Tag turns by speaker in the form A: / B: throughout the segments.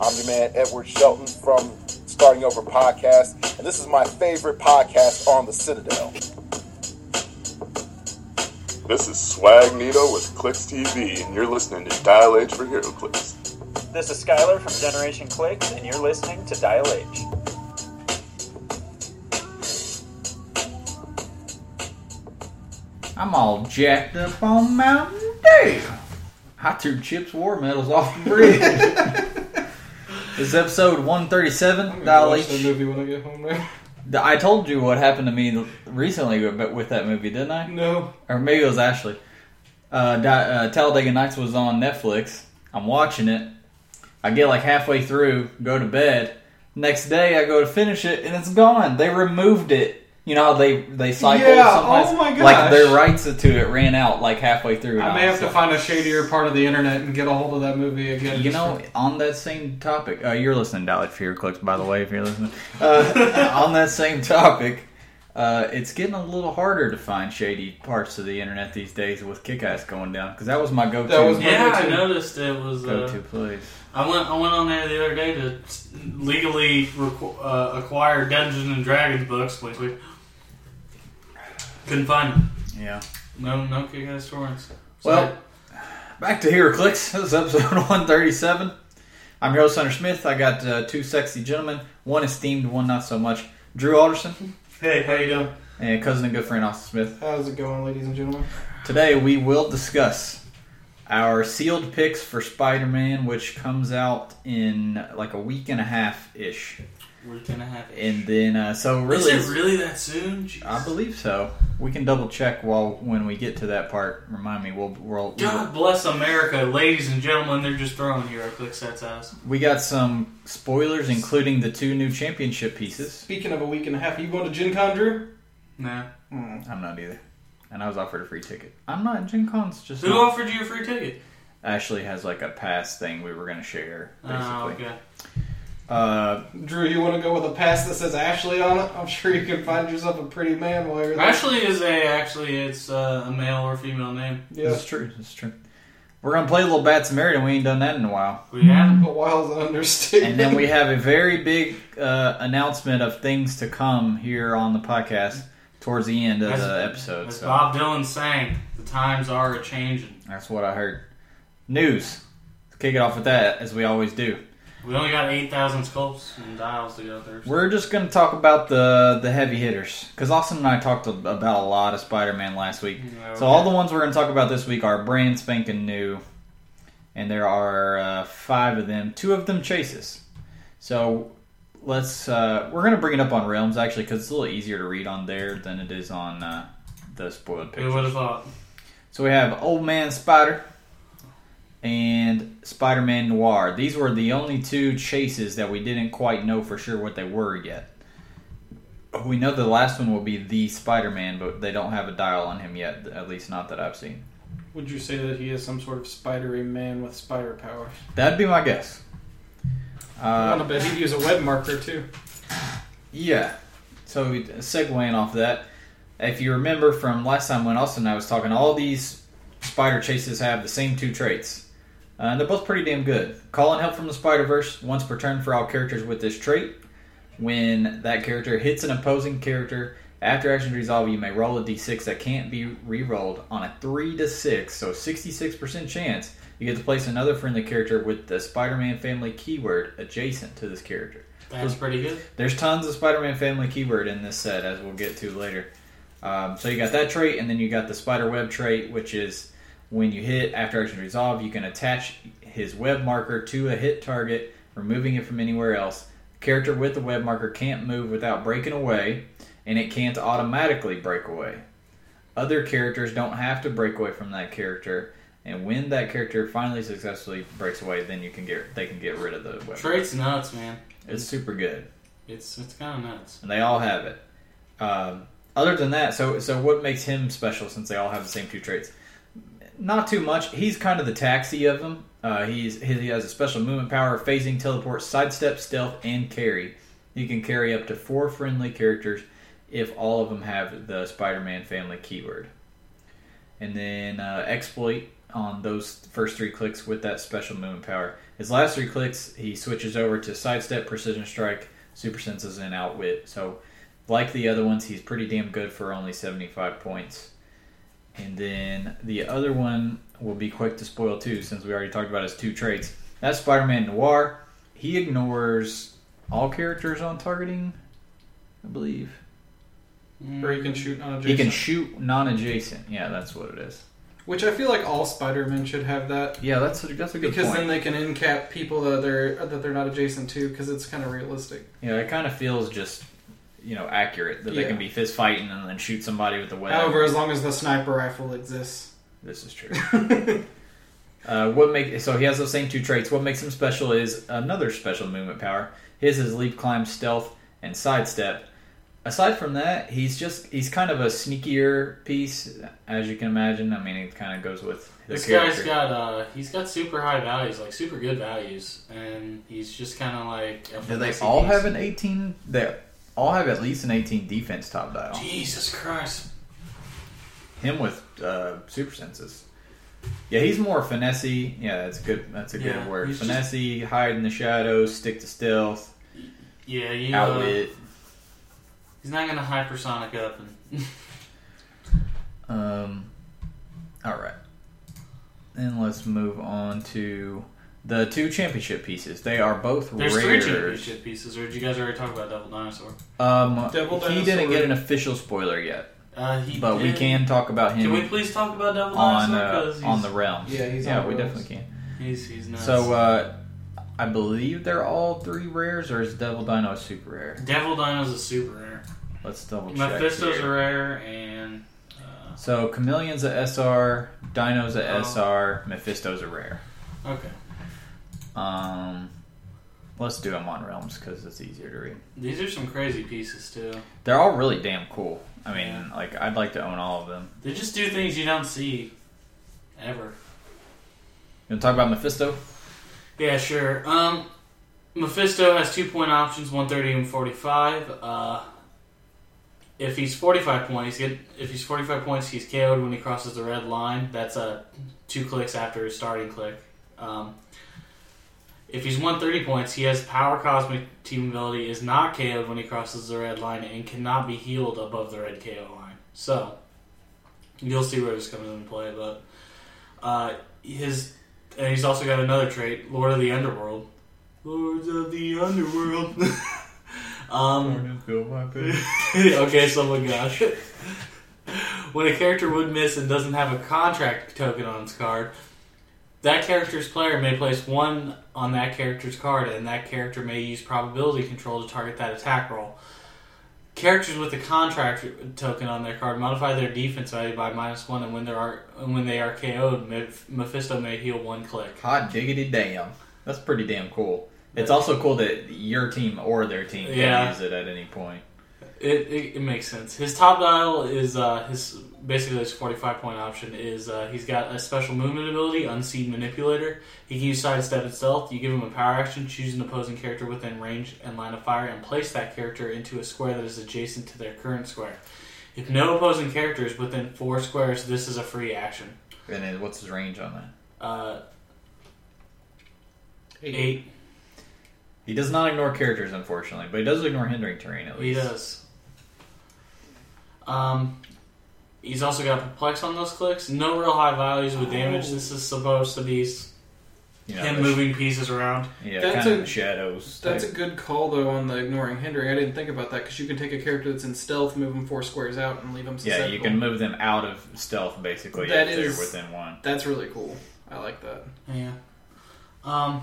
A: I'm your man, Edward Shelton from Starting Over Podcast, and this is my favorite podcast on the Citadel.
B: This is Swag Nito with Clicks TV, and you're listening to Dial H for Hero Clicks.
C: This is Skylar from Generation Clicks, and you're listening to Dial H.
D: I'm all jacked up on Mountain Dew. I threw Chips War medals off the bridge. this is episode 137. Dial
E: watch the
D: H.
E: movie when I get home, man.
D: I told you what happened to me recently with with that movie, didn't I?
E: No.
D: Or maybe it was Ashley. Uh, Di- uh, Talladega Nights was on Netflix. I'm watching it. I get like halfway through, go to bed. Next day, I go to finish it, and it's gone. They removed it. You know how they they cycle
E: Yeah,
D: sometimes.
E: oh my
D: Like their
E: gosh.
D: rights to it ran out like halfway through. and
E: I may
D: all,
E: have to
D: so-
E: find a shadier part of the internet and get a hold of that movie again.
D: You know, on that same topic, uh, you're listening to Dalek Fear Clicks, by the way, if you're listening. Uh, on that same topic, uh, it's getting a little harder to find shady parts of the internet these days with kick ass going down, because that was my go to
E: That was my-
F: Yeah,
E: Number
F: I
E: two.
F: noticed it was.
D: go to
F: Uh,
D: place.
F: I went. I went on there the other day to legally requ- uh, acquire Dungeons and Dragons books. Wait, wait. Couldn't find them.
D: Yeah.
F: No, no kick ass torrents.
D: Well, back to Hero Clicks. This is episode 137. I'm your host, Hunter Smith. I got uh, two sexy gentlemen, one esteemed, one not so much. Drew Alderson
F: hey, how you doing?
D: and cousin and good friend Austin Smith.
E: How's it going, ladies and gentlemen?
D: Today we will discuss our sealed picks for Spider-Man, which comes out in like a week and a half ish,
F: We're gonna have.
D: and then uh, so really,
F: Is it really that soon? Jesus.
D: I believe so. We can double check while when we get to that part. Remind me, we'll, we'll,
F: God bless America, ladies and gentlemen. They're just throwing hero clicks at us.
D: we got some spoilers, including the two new championship pieces.
E: Speaking of a week and a half, you going to Gen Con, Drew?
F: No.
E: Hmm.
D: I'm not either, and I was offered a free ticket. I'm not. Gen Con's just
F: Who
D: not.
F: offered you a free ticket?
D: Ashley has like a pass thing we were gonna share. Basically,
F: Oh, okay.
D: uh,
E: Drew, you want to go with a pass that says Ashley on it? I'm sure you can find yourself a pretty man while you're there.
F: Ashley is a actually it's uh, a male or female name.
E: Yeah.
D: That's true. That's true. We're gonna play a little Bats Married, and we ain't done that in a while.
F: We have
E: But while's an understatement.
D: And then we have a very big uh, announcement of things to come here on the podcast towards the end of the
F: That's-
D: episode.
F: as
D: So
F: Bob Dylan sang, the times are a changing.
D: that's what I heard. News. Let's kick it off with that, as we always do.
F: We only got eight thousand sculpts and dials to go through.
D: We're just gonna talk about the the heavy hitters because Austin and I talked about a lot of Spider-Man last week.
F: Okay.
D: So all the ones we're going to talk about this week are brand spanking new, and there are uh, five of them. Two of them chases. So let's uh, we're going to bring it up on Realms actually because it's a little easier to read on there than it is on uh, the spoiled
F: Who would
D: pictures.
F: have thought?
D: So we have Old Man Spider and Spider Man Noir. These were the only two chases that we didn't quite know for sure what they were yet. We know the last one will be the Spider Man, but they don't have a dial on him yet, at least not that I've seen.
E: Would you say that he is some sort of spidery man with spider powers?
D: That'd be my guess.
E: I want
D: Uh,
E: to bet he'd use a web marker, too.
D: yeah. So we- segueing off that, if you remember from last time when Austin and I was talking, all these spider chases have the same two traits. Uh, and they're both pretty damn good. Call in help from the Spider Verse once per turn for all characters with this trait. When that character hits an opposing character, after action resolve, you may roll a d6 that can't be re-rolled on a 3 to 6, so 66% chance you get to place another friendly character with the Spider-Man family keyword adjacent to this character.
F: That's pretty good.
D: There's tons of Spider-Man family keyword in this set, as we'll get to later. Um, so you got that trait, and then you got the spider web trait, which is when you hit after action resolve, you can attach his web marker to a hit target, removing it from anywhere else. Character with the web marker can't move without breaking away, and it can't automatically break away. Other characters don't have to break away from that character, and when that character finally successfully breaks away, then you can get they can get rid of the web.
F: Traits nuts, man.
D: It's super good
F: It's it's kind of nuts.
D: and they all have it. Um, other than that, so so what makes him special since they all have the same two traits? Not too much. He's kind of the taxi of them. Uh, he's he he has a special movement power, phasing, teleport, sidestep, stealth, and carry. He can carry up to four friendly characters if all of them have the Spider-Man family keyword. And then uh, exploit on those first three clicks with that special movement power. His last three clicks, he switches over to sidestep, precision strike, super senses, and outwit. So, like the other ones, he's pretty damn good for only 75 points. And then the other one will be quick to spoil too, since we already talked about his two traits. That's Spider-Man Noir. He ignores all characters on targeting, I believe.
E: Or
F: Mm.
E: he can shoot on
D: He
E: adjacent.
D: can shoot non-adjacent. Yeah, that's what it is.
E: Which I feel like all Spider-Men should have that
D: Yeah, that's a, that's a good
E: because
D: point.
E: then they can in cap people that they're that they're not adjacent to because it's kind of realistic.
D: yeah, it kind of feels just you know accurate that they
E: Yeah.
D: can be fist fighting and then shoot somebody with a web.
E: However, as long as the sniper rifle exists.
D: This is true. uh, what make so he has those same two traits. What makes him special is another special movement power. His is leap, climb, stealth, and sidestep. Aside from that, he's just he's kind of a sneakier piece, as you can imagine. I mean, it kind of goes with his
F: This
D: character.
F: guy's got uh, he's got super high values, like super good values, and he's just kind of like.
D: Do they
F: FMCPs.
D: all have an eighteen? They all have at least an eighteen defense top dial.
F: Jesus Christ!
D: Him with uh, super senses. Yeah, he's more finessey. Yeah, that's good. That's a good
F: Yeah,
D: word.
F: he's just-
D: Finessey, hide in the shadows, stick to stealth,
F: Yeah, you. Uh,
D: outwit.
F: he's not gonna hypersonic up and.
D: Um, all right. Then let's move on to the two championship pieces. They are both
F: There's
D: rare.
F: three championship pieces, or did you guys already talk about Double Dinosaur?
D: Um,
E: Double
D: he
E: dinosaur.
D: didn't get an official spoiler yet,
F: Uh, he
D: but we
F: did-
D: can talk about
F: Can we
D: him
F: please talk about Double
D: on
F: Dinosaur?
D: uh,
F: 'Cause
D: on the
F: he's-
D: realms.
E: Yeah, he's
D: yeah,
E: on
D: we
E: the
D: definitely can.
F: He's he's nuts.
D: So uh, I believe they're all three rares, or is Devil Dino a super rare?
F: Devil Dino's a super rare.
D: Let's double uh, check.
F: Mephisto's
D: here.
F: a rare, and uh,
D: So Chameleon's a SR, Dino's a
F: Oh.
D: SR, Mephisto's a rare.
F: okay,
D: Um, let's do them on realms because it's easier to read.
F: these are some crazy pieces too.
D: They're all really damn cool. I mean, like I'd like to own all of them.
F: They just do things you don't see ever.
D: You want to talk about Mephisto?
F: Yeah, sure. Um, Mephisto has two point options, one thirty and forty five. Uh, if he's forty five points, get if he's forty five points, he's KO'd when he crosses the red line. That's uh, two clicks after his starting click. Um, if he's one thirty points, he has power cosmic team ability, is not KO'd when he crosses the red line, and cannot be healed above the red KO line. So you'll see where this comes into play, but uh, his and he's also got another trait, Lord of the Underworld. Lords of the Underworld. um, okay, someone got it. When a character would miss and doesn't have a contract token on its card, that character's player may place one on that character's card, and that character may use probability control to target that attack roll. Characters with a contract token on their card modify their defense value by minus one, and when they are and when they are KO'd, Meph- Mephisto may heal one click.
D: Hot diggity damn! That's pretty damn cool. It's also cool that your team or their team can
F: Yeah.
D: use it at any point.
F: It, it, it makes sense. His top dial is uh, his basically his forty five point option is uh, he's got a special movement ability, unseen manipulator. He can use sidestep and stealth. You give him a power action, choose an opposing character within range and line of fire, and place that character into a square that is adjacent to their current square. If no opposing character is within four squares, this is a free action.
D: And then what's his range on that?
F: Uh, eight.
D: He does not ignore characters, unfortunately, but he does ignore hindering terrain at
F: Oh, He
D: least.
F: does. Um, he's also got perplex on those clicks. No real high values with damage. This is supposed to be s-
D: You know,
F: him
D: the-
F: moving pieces around.
D: Yeah,
E: That's
D: kind of
E: a-
D: in the shadows.
E: That's a
D: type.
E: good call though on the ignoring hindering. I didn't think about that because you can take a character that's in stealth, move him four squares out, and leave him.
D: yeah, you
E: susceptible.
D: can move them out of stealth basically
E: That
D: if they're
E: is-
D: within one.
E: That's really cool. I like that.
F: Yeah. Um,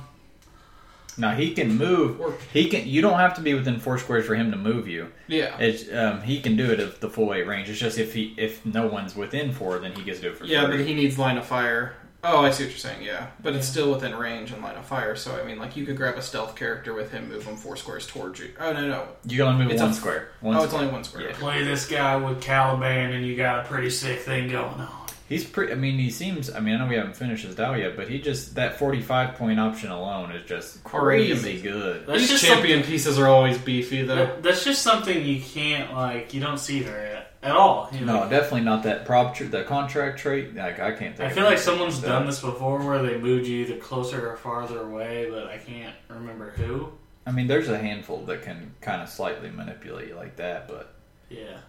D: Now he can move.
E: Or
D: He can. You don't have to be within four squares for him to move you.
E: yeah,
D: It's, um, he can do it at the full eight range. It's just if he if no one's within four, then he gets to do it for
E: yeah, but
D: free.
E: he needs line of fire. Oh, I see what you're saying. Yeah, but it's still within range and line of fire. So I mean, like you could grab a stealth character with him, move him four squares towards you. Oh no no.
D: you can only move
E: It's
D: one
E: a-
D: square. One square.
E: oh, it's only one square.
D: Yeah.
F: play this guy with Caliban, and you got a pretty sick thing going on.
D: He's pretty. I mean, he seems. I mean, I know we haven't finished his dial yet, but he just that forty-five point option alone is just
E: Crazy.
D: crazy good.
F: That's
E: These
F: just
E: champion pieces are always beefy though.
F: something, that's just something you can't like. You don't see very at all. You know,
D: No, definitely not that prop. Tr- the contract trait. Like I can't. Think
F: I
D: of
F: feel
D: it.
F: like someone's
D: That-
F: done this before where they moved you either closer or farther away, but I can't remember who.
D: I mean, there's a handful that can kind of slightly manipulate you like that, but
F: Yeah.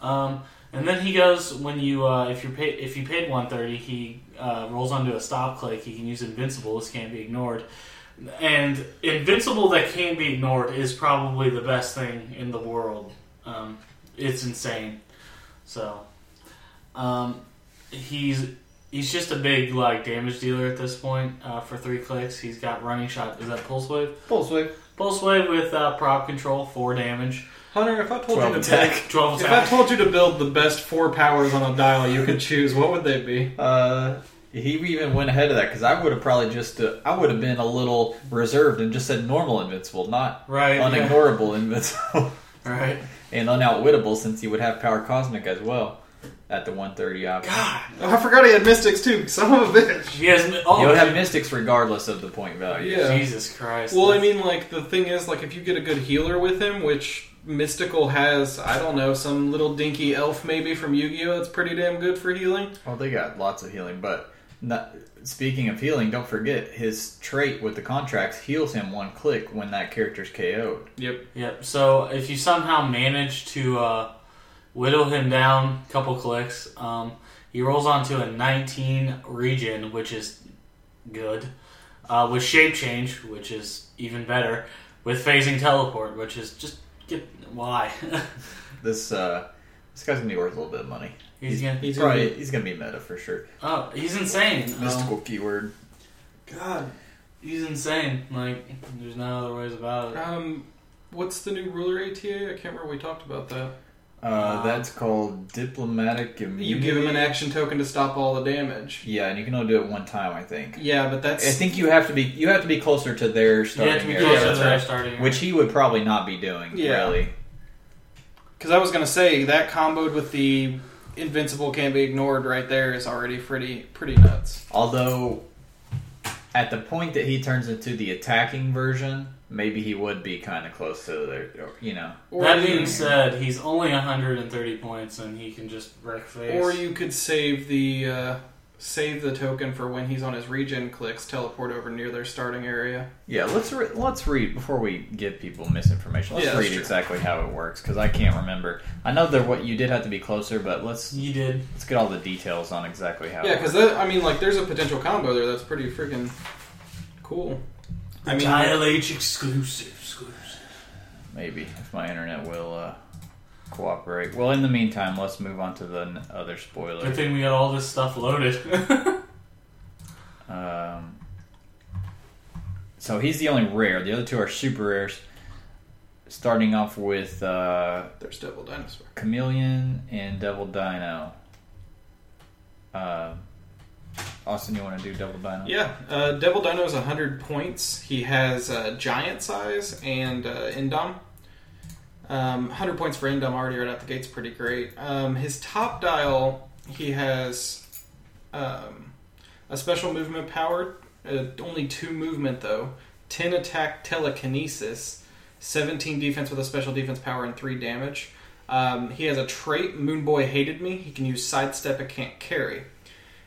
F: Um, and then he goes when you uh, if you pay if you paid one thirty, he uh, rolls onto a stop click. He can use invincible. This can't be ignored. And invincible that can be ignored is probably the best thing in the world. Um, it's insane. So um, he's he's just a big like damage dealer at this point. Uh, for three clicks, he's got running shot. Is that pulse wave?
D: pulse wave.
F: Pulse wave with uh, prop control four damage,
E: Hunter, if I told you
D: 12
E: to
D: attack.
E: pick-
F: twelve
E: if I
F: attack.
E: told you to build the best four powers on a dial you could choose, what would they be?
D: Uh, he even went ahead of that because I would have probably just uh, I would have been a little reserved and just said normal invincible, not
F: Right. yeah.
D: unignorable invincible
F: Right.
D: and unoutwittable since he would have power cosmic as well at the 130 option.
F: God.
E: Oh, I forgot he had mystics too. Son of a bitch.
F: She has. Oh,
D: you would have mystics regardless of the point value.
E: Uh, Yeah.
F: Jesus Christ.
E: Well, I mean, like the thing is, like if you get a good healer with him, which mystical has, I don't know, some little dinky elf maybe from Yu-Gi-Oh. That's pretty damn good for healing.
D: Well, they got lots of healing, but not, speaking of healing, don't forget his trait with the contracts heals him one click when that character's KO'd.
E: Yep.
F: Yep. So if you somehow manage to uh, whittle him down a couple clicks, um, he rolls onto a 19 region, which is good, uh, with shape change, which is even better, with phasing teleport, which is just get why
D: This uh, this guy's gonna be worth a little bit of money.
F: he's gonna,
E: He's gonna
D: Probably
E: be-
D: he's gonna be meta for sure.
F: oh he's insane. Um,
D: Mystical keyword.
E: God.
F: he's insane. Like there's no other ways about it.
E: Um, what's the new ruler ATA? I can't remember. We talked about that.
D: Uh, that's called diplomatic immunity.
E: You give him an action token to stop all the damage.
D: Yeah, and you can only do it one time, I think.
E: Yeah, but
D: I
E: that's
D: think you have to be you have to be closer to their
F: You
D: starting
F: have to be
D: area,
F: closer to
E: that's
F: their
E: right.
F: starting. area.
D: which he would probably not be doing.
E: Yeah.
D: Really,
E: because I was gonna say that comboed with the invincible can't be ignored right there is already pretty pretty nuts.
D: although at the point that he turns into the attacking version, maybe he would be kind of close to their. You know,
E: Or
F: that
E: you-
F: being said, he's only 130 points, and he can just wreck face.
E: Or you could save the uh, save the token for when he's on his regen clicks, teleport over near their starting area.
D: yeah. Let's re- let's read before we give people misinformation. Let's
E: Yeah, that's
D: read
E: true.
D: exactly how it works because I can't remember. I know that what you did have to be closer, but let's
F: you did.
D: let's get all the details on exactly how.
E: Yeah,
D: it works.
E: because I mean, like, there's a potential combo there that's pretty freaking cool. I mean,
F: Tile H exclusive. exclusive.
D: Maybe if my internet will uh, cooperate. Well, in the meantime, let's move on to the n- other spoiler.
F: Good thing we got all this stuff loaded.
D: Um, so he's the only rare. The other two are super rares. Starting off with uh,
E: there's Devil Dinosaur.
D: Chameleon and Devil Dino. Uh, Austin, you want to do Devil Dino?
E: Yeah, uh, Devil Dino is 100 points. He has uh, Giant Size and uh, Indom. Um, 100 points for Indom already right out the gate's pretty great. Um, his top dial, he has um, a special movement power, uh, only two movement though, 10 attack telekinesis, 17 defense with a special defense power, and 3 damage. Um, he has a trait, Moon Boy Hated Me. He can use sidestep and can't carry.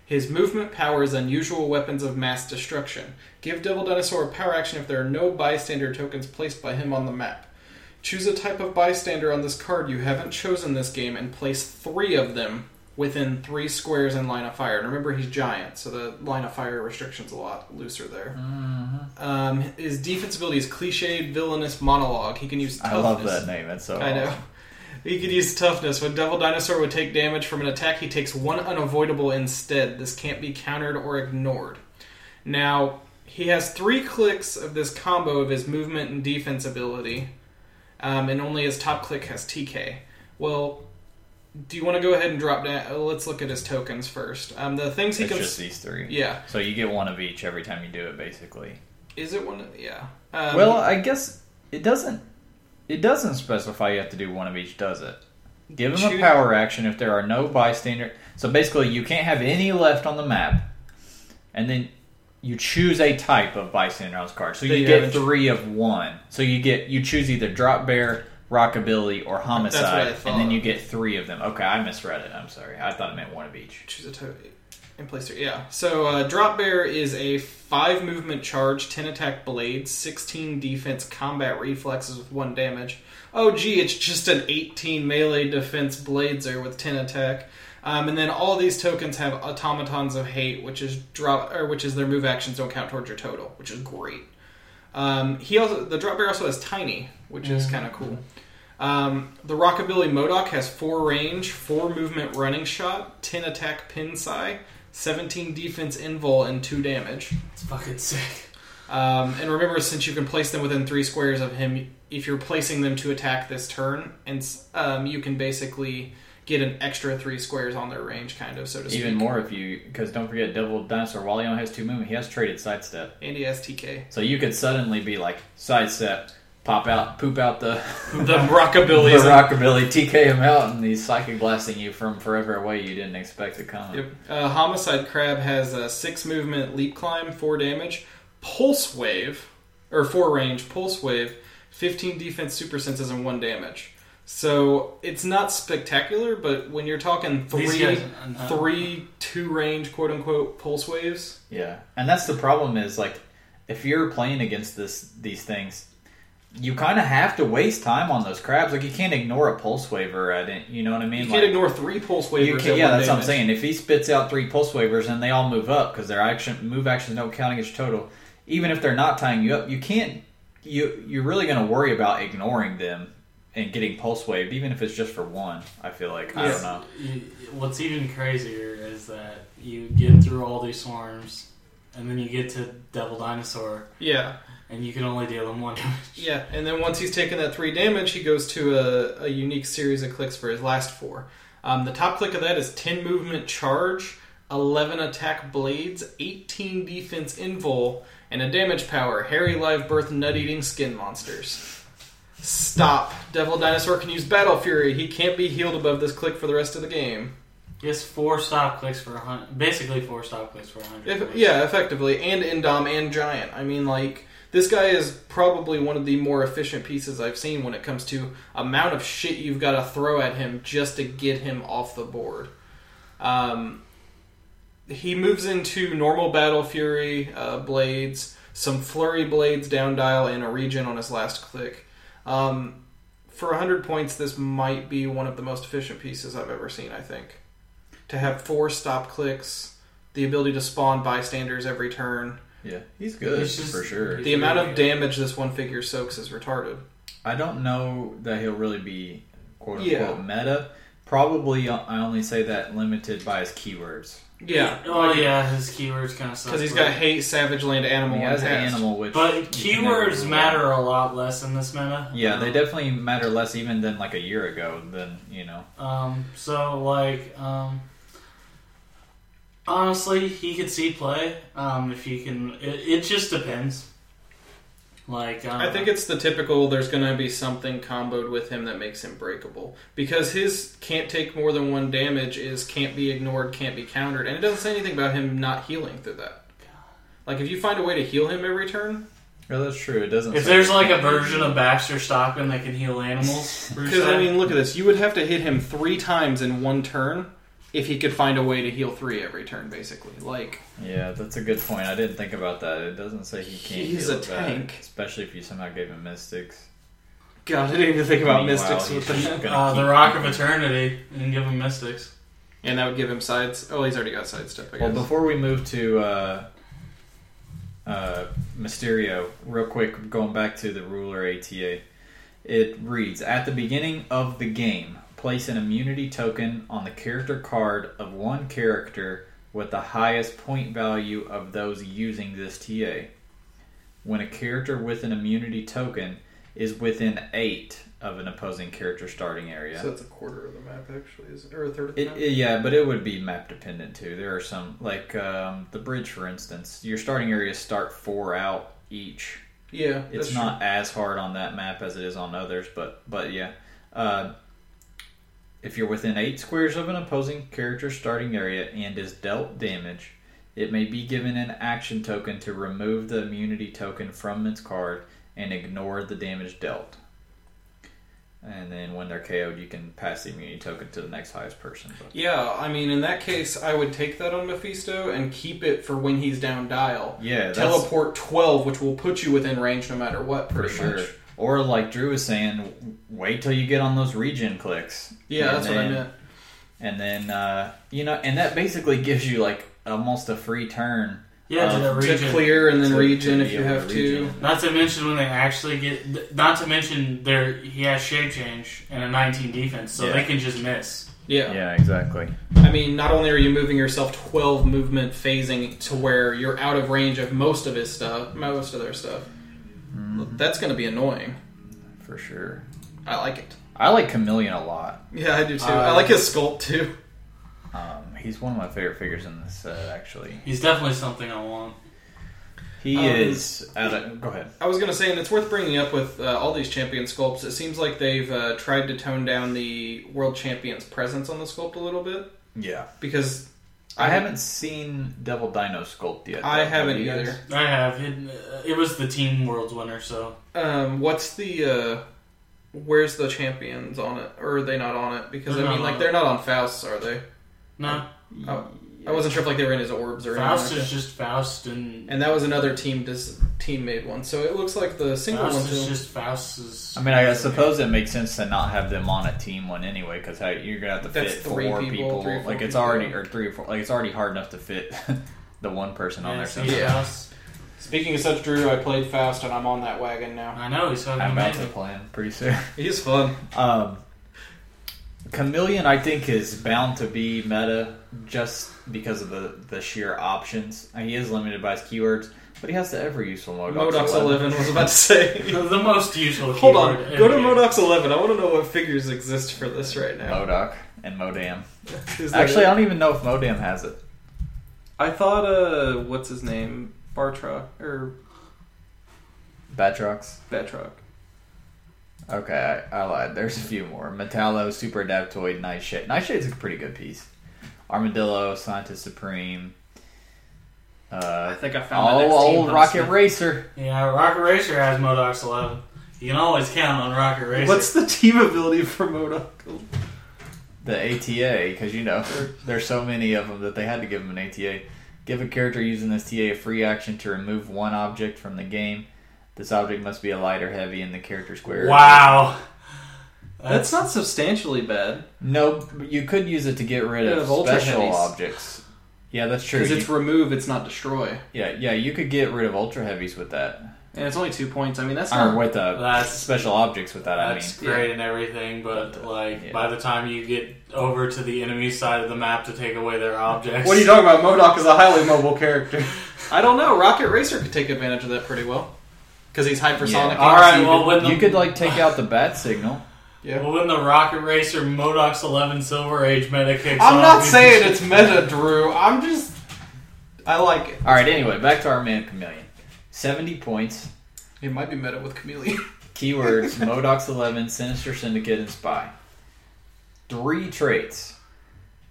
E: His movement power is unusual weapons of mass destruction. Give Devil Dinosaur a power action if there are no bystander tokens placed by him on the map. Choose a type of bystander on this card you haven't chosen this game and place three of them within three squares in line of fire. And remember, he's giant, so the line of fire restriction's a lot looser there. Um, his defense ability is cliched, villainous monologue. He can use
D: I
E: toughness.
D: love that name. That's so.
E: I know.
D: awesome.
E: He could use toughness. When Devil Dinosaur would take damage from an attack, he takes one unavoidable instead. This can't be countered or ignored. Now, he has three clicks of this combo of his movement and defense ability, um, and only his top click has TK. Well, do you want to go ahead and drop down? uh, Let's look at his tokens first. Um, the things he
D: It's
E: can.
D: just these three.
E: Yeah.
D: So you get one of each every time you do it, basically.
E: Is it one? Of, yeah. Um,
D: Well, I guess it doesn't. It doesn't specify you have to do one of each, does it? Give him a
E: Choose-
D: power action if there are no bystander. So basically, you can't have any left on the map, and then you choose a type of bystander on this card. So
E: That
D: you
E: you
D: get
E: haven't-
D: three of one. So you get you choose either drop bear, rockabilly, or homicide,
E: thought.
D: and then you get three of them. Okay, I misread it. I'm sorry. I thought it meant one of each.
E: Choose a target and place three. Yeah. So uh, drop bear is a five movement charge, ten attack blade, sixteen defense, combat reflexes with one damage. Oh gee, it's just an eighteen melee defense bladezer with ten attack. Um, and then all these tokens have automatons of hate, which is drop or which is their move actions don't count towards your total, which is great. Um, he also the drop bear also has tiny, which is kind of cool. Um, the Rockabilly Modoc has four range, four movement running shot, ten attack pin psi, seventeen defense invul, and two damage.
F: It's fucking sick.
E: Um, and remember, since you can place them within three squares of him, if you're placing them to attack this turn, and s- um, you can basically get an extra three squares on their range, kind of so to speak.
D: Even more if you, because don't forget, Devil Dinosaur Wally only has two movement. He has traded sidestep,
E: And E he has TK.
D: so you could suddenly be like sidestep, pop out, poop out the
E: The
D: the
E: Rockabilly.
D: rockabilly, TK him out, and he's psychic blasting you from forever away. You didn't expect to come.
E: Yep. Uh, Homicide Crab has a six movement leap climb, four damage, pulse wave, or four range pulse wave, fifteen defense, super senses, and one damage. So it's not spectacular, but when you're talking
F: These
E: three,
F: guys are not-
E: three two range quote unquote pulse waves,
D: Yeah, and that's the problem is like if you're playing against this these things, you kind of have to waste time on those crabs. Like you can't ignore a pulse waiver. I didn't, you know what I mean?
E: you
D: like,
E: can't ignore three pulse waivers.
D: you
E: at
D: can't, yeah,
E: one
D: that's what I'm
E: damage.
D: saying. If he spits out three pulse waivers and they all move up because their action move actions don't count against your total, even if they're not tying you up, you can't. You you're really going to worry about ignoring them and getting pulse waved, even if it's just for one. I feel like I don't
E: Yes.
D: know.
F: You, what's even crazier is that you get through all these swarms, and then you get to Devil Dinosaur,
E: Yeah,
F: and you can only deal him one damage.
E: yeah. And then once he's taken that three damage, he goes to a, a unique series of clicks for his last four. Um, the top click of that is 10 movement charge, 11 attack blades, 18 defense invul, and a damage power hairy live birth nut eating skin monsters. Stop. Devil Dinosaur can use Battle Fury. He can't be healed above this click for the rest of the game.
F: He has four stop clicks for a hundred. Basically, four stop clicks for a hundred.
E: If,
F: clicks.
E: yeah, effectively. And Indom and Giant. I mean, like, this guy is probably one of the more efficient pieces I've seen when it comes to amount of shit you've got to throw at him just to get him off the board. Um, he moves into normal Battle Fury uh, blades, some Flurry blades down dial, and a regen on his last click. Um, for 100 points, this might be one of the most efficient pieces I've ever seen, I think. To have four stop clicks, the ability to spawn bystanders every turn.
D: Yeah, he's good
F: It's just-
D: for sure.
E: The amount of damage this one figure soaks is retarded.
D: I don't know that he'll really be quote unquote
E: Yeah.
D: meta. Probably, uh, I only say that limited by his keywords.
E: Yeah.
F: Oh yeah, his keywords kind of suck.
E: Because he's
F: but-
E: got hate, savage land, animal,
D: He
E: and
D: has an
E: pest.
D: animal, which
F: But
D: you can never
F: keywords
D: really-
F: matter a lot less in this meta.
D: Yeah, they
F: Um,
D: definitely matter less even than like a year ago. Than you know,
F: Um, so like, um, honestly, he could see play. Um, if you can, it, it just depends. Like, um,
E: I think it's the typical there's going to be something comboed with him that makes him breakable. Because his can't take more than one damage is can't be ignored, can't be countered. And it doesn't say anything about him not healing through that. Like, if you find a way to heal him every turn,
D: yeah, that's true. It doesn't.
F: if
D: say-
F: there's like a version of Baxter Stockman that can heal animals, uh,
E: because I mean, look at this. You would have to hit him three times in one turn if he could find a way to heal three every turn, basically. Like,
D: yeah, that's a good point. I didn't think about that. It doesn't say he can't.
E: He's
D: heal
E: a
D: it back,
E: tank.
D: especially if you somehow gave him mystics.
E: God, I didn't even think about
D: Meanwhile,
E: mystics
D: he's
E: with the Ah,
D: just gonna
F: uh,
D: keep-
F: the Rock of Eternity and give him Mystics.
E: And that would give him sides. Oh, he's already got sidestep, I
D: Well,
E: guess.
D: before we move to uh, uh, Mysterio, real quick, going back to the ruler ATA, it reads At the beginning of the game, place an immunity token on the character card of one character with the highest point value of those using this TA. When a character with an immunity token is within eight of an opposing character starting area.
E: So that's a quarter of the map, actually, is or a third of the
D: It,
E: map.
D: it- yeah, but it would be map dependent too. There are some, like um, the bridge, for instance. Your starting areas start four out each.
E: yeah,
D: It's
E: that's
D: not as hard on that map as it is on others, but but yeah. Uh, if you're within eight squares of an opposing character's starting area and is dealt damage, it may be given an action token to remove the immunity token from its card and ignore the damage dealt. and then when they're KO'd, you can pass the immunity token to the next highest person. But
E: Yeah, I mean, in that case, I would take that on Mephisto and keep it for when he's down dial.
D: Yeah, that's-
E: Teleport 12, which will put you within range no matter what,
D: for
E: pretty
D: sure.
E: much.
D: Or like Drew was saying, w- wait till you get on those regen clicks.
E: Yeah,
D: And
E: that's what I
D: then-
E: meant.
D: And then uh, you know, and that basically gives you like almost a free turn.
F: Yeah, to
D: Um,
F: the region.
E: To clear and then
D: to-
E: regen
D: to
E: if
D: be
E: you
D: able to
E: have to.
D: regen.
F: Not to mention when they actually get. Not to mention their he has shape change and a 19 defense, so
D: Yeah.
F: they can just miss.
E: Yeah.
D: Yeah, exactly.
E: I mean, not only are you moving yourself 12 movement phasing to where you're out of range of most of his stuff, most of their stuff,
F: Mm-hmm.
E: that's going to be annoying.
D: For sure.
E: I like it.
D: I like Chameleon a lot.
E: Yeah, I do too.
F: Uh,
E: I like his sculpt too.
D: Um, he's one of my favorite figures in this set, actually.
F: He's definitely something I want.
D: He
E: Um,
D: is. Out of, go ahead.
E: I was going to say, and it's worth bringing up with uh, all these champion sculpts, it seems like they've uh, tried to tone down the world champion's presence on the sculpt a little bit
D: Yeah.
E: because
D: I haven't seen Devil Dino sculpt yet.
E: I
D: though. Have
E: haven't
D: you guys?
E: either.
F: I have. It, it was the team world's winner, so
E: Um, what's the uh, where's the champions on it? Or are they not on it? Because
F: They're
E: I mean,
F: not
E: like
F: on
E: they're not on Faust, are they?
F: no.
E: Oh, I wasn't sure if like they were in his orbs or
F: Faust
E: anything. like
F: is
E: that.
F: just Faust, and
E: And that was another team dis- team made one, so it looks like the single
F: Faust
E: one
F: is
E: too.
F: just Faust's.
D: I mean, I suppose it makes sense to not have them on a team one anyway, because you're gonna have to
E: That's
D: fit
E: three
D: four
E: people,
D: people.
E: three or four
D: like it's
E: people.
D: already or three or four. Like it's already hard enough to fit the one person on
F: yeah,
D: there.
F: so
D: sometimes.
F: he's
E: Yeah.
F: Faust.
E: Speaking of such, Drew, I played Faust, and I'm on that wagon now.
F: I know he's fucking
D: I'm about to
F: amazing.
D: plan pretty soon.
E: He's fun.
D: Um, Chameleon, I think, is bound to be meta just because of the, the sheer options. Uh, He is limited by his keywords, but he has the ever useful Modoc.
E: Modoc's eleven was about to say.
F: The the most useful.
E: Hold on,
F: keyword
E: go to
F: ever.
E: Modoc's eleven. I want to know what figures exist for this right now.
D: Modoc and Modam.
E: Is that
D: Actually,
E: it?
D: I don't even know if Modam has it.
E: I thought uh, what's his name, Bartrock or
D: Batrox.
E: Batroc.
D: Okay, I, I lied. There's a few more. Metallo, Super Adaptoid, Nightshade. Nightshade's a pretty good piece. Armadillo, Scientist Supreme.
E: I
D: Uh,
E: think I found
D: all
E: the next team
D: old
E: on
D: Rocket
E: Steam.
D: Racer.
F: Yeah, Rocket Racer has Modoc's 11. You can always count on Rocket Racer.
E: What's the team ability for Modoc?
D: the ATA because you know there's so many of them that they had to give them an ATA. Give a character using this TA a free action to remove one object from the game. This object must be a light or heavy in the character square.
F: wow?
E: That's not substantially bad
D: No, you could use it to get rid
E: Yeah,
D: of
E: of ultra
D: special
E: heavies.
D: objects. Yeah, that's true.
E: because it's
D: You-
E: remove, it's not destroy,
D: yeah, yeah, you could get rid of ultra heavies with that,
E: and it's only two points. I mean, that's
D: or
E: not.
D: with the
F: That's-
D: special objects with that. I mean,
F: That's great and everything, but like
D: yeah.
F: by the time you get over to the enemy side of the map to take away their objects,
E: What are you talking about? Modoc is a highly mobile character. I don't know. Rocket Racer could take advantage of that pretty well because he's hypersonic.
D: Yeah.
F: All right,
E: You
F: well
E: could-
F: when the,
D: you could like take out the bat signal.
E: Yeah.
F: well, when the Rocket Racer Modoc's 11 Silver Age meta kicks
E: I'm
F: on,
E: not
F: we can
E: saying it's
F: just-
E: meta, Drew. I'm just. I like it.
D: All right, anyway, back to our man Chameleon. Seventy points.
E: It might be meta with Chameleon.
D: Keywords Modox 11, Sinister Syndicate, and Spy. Three traits.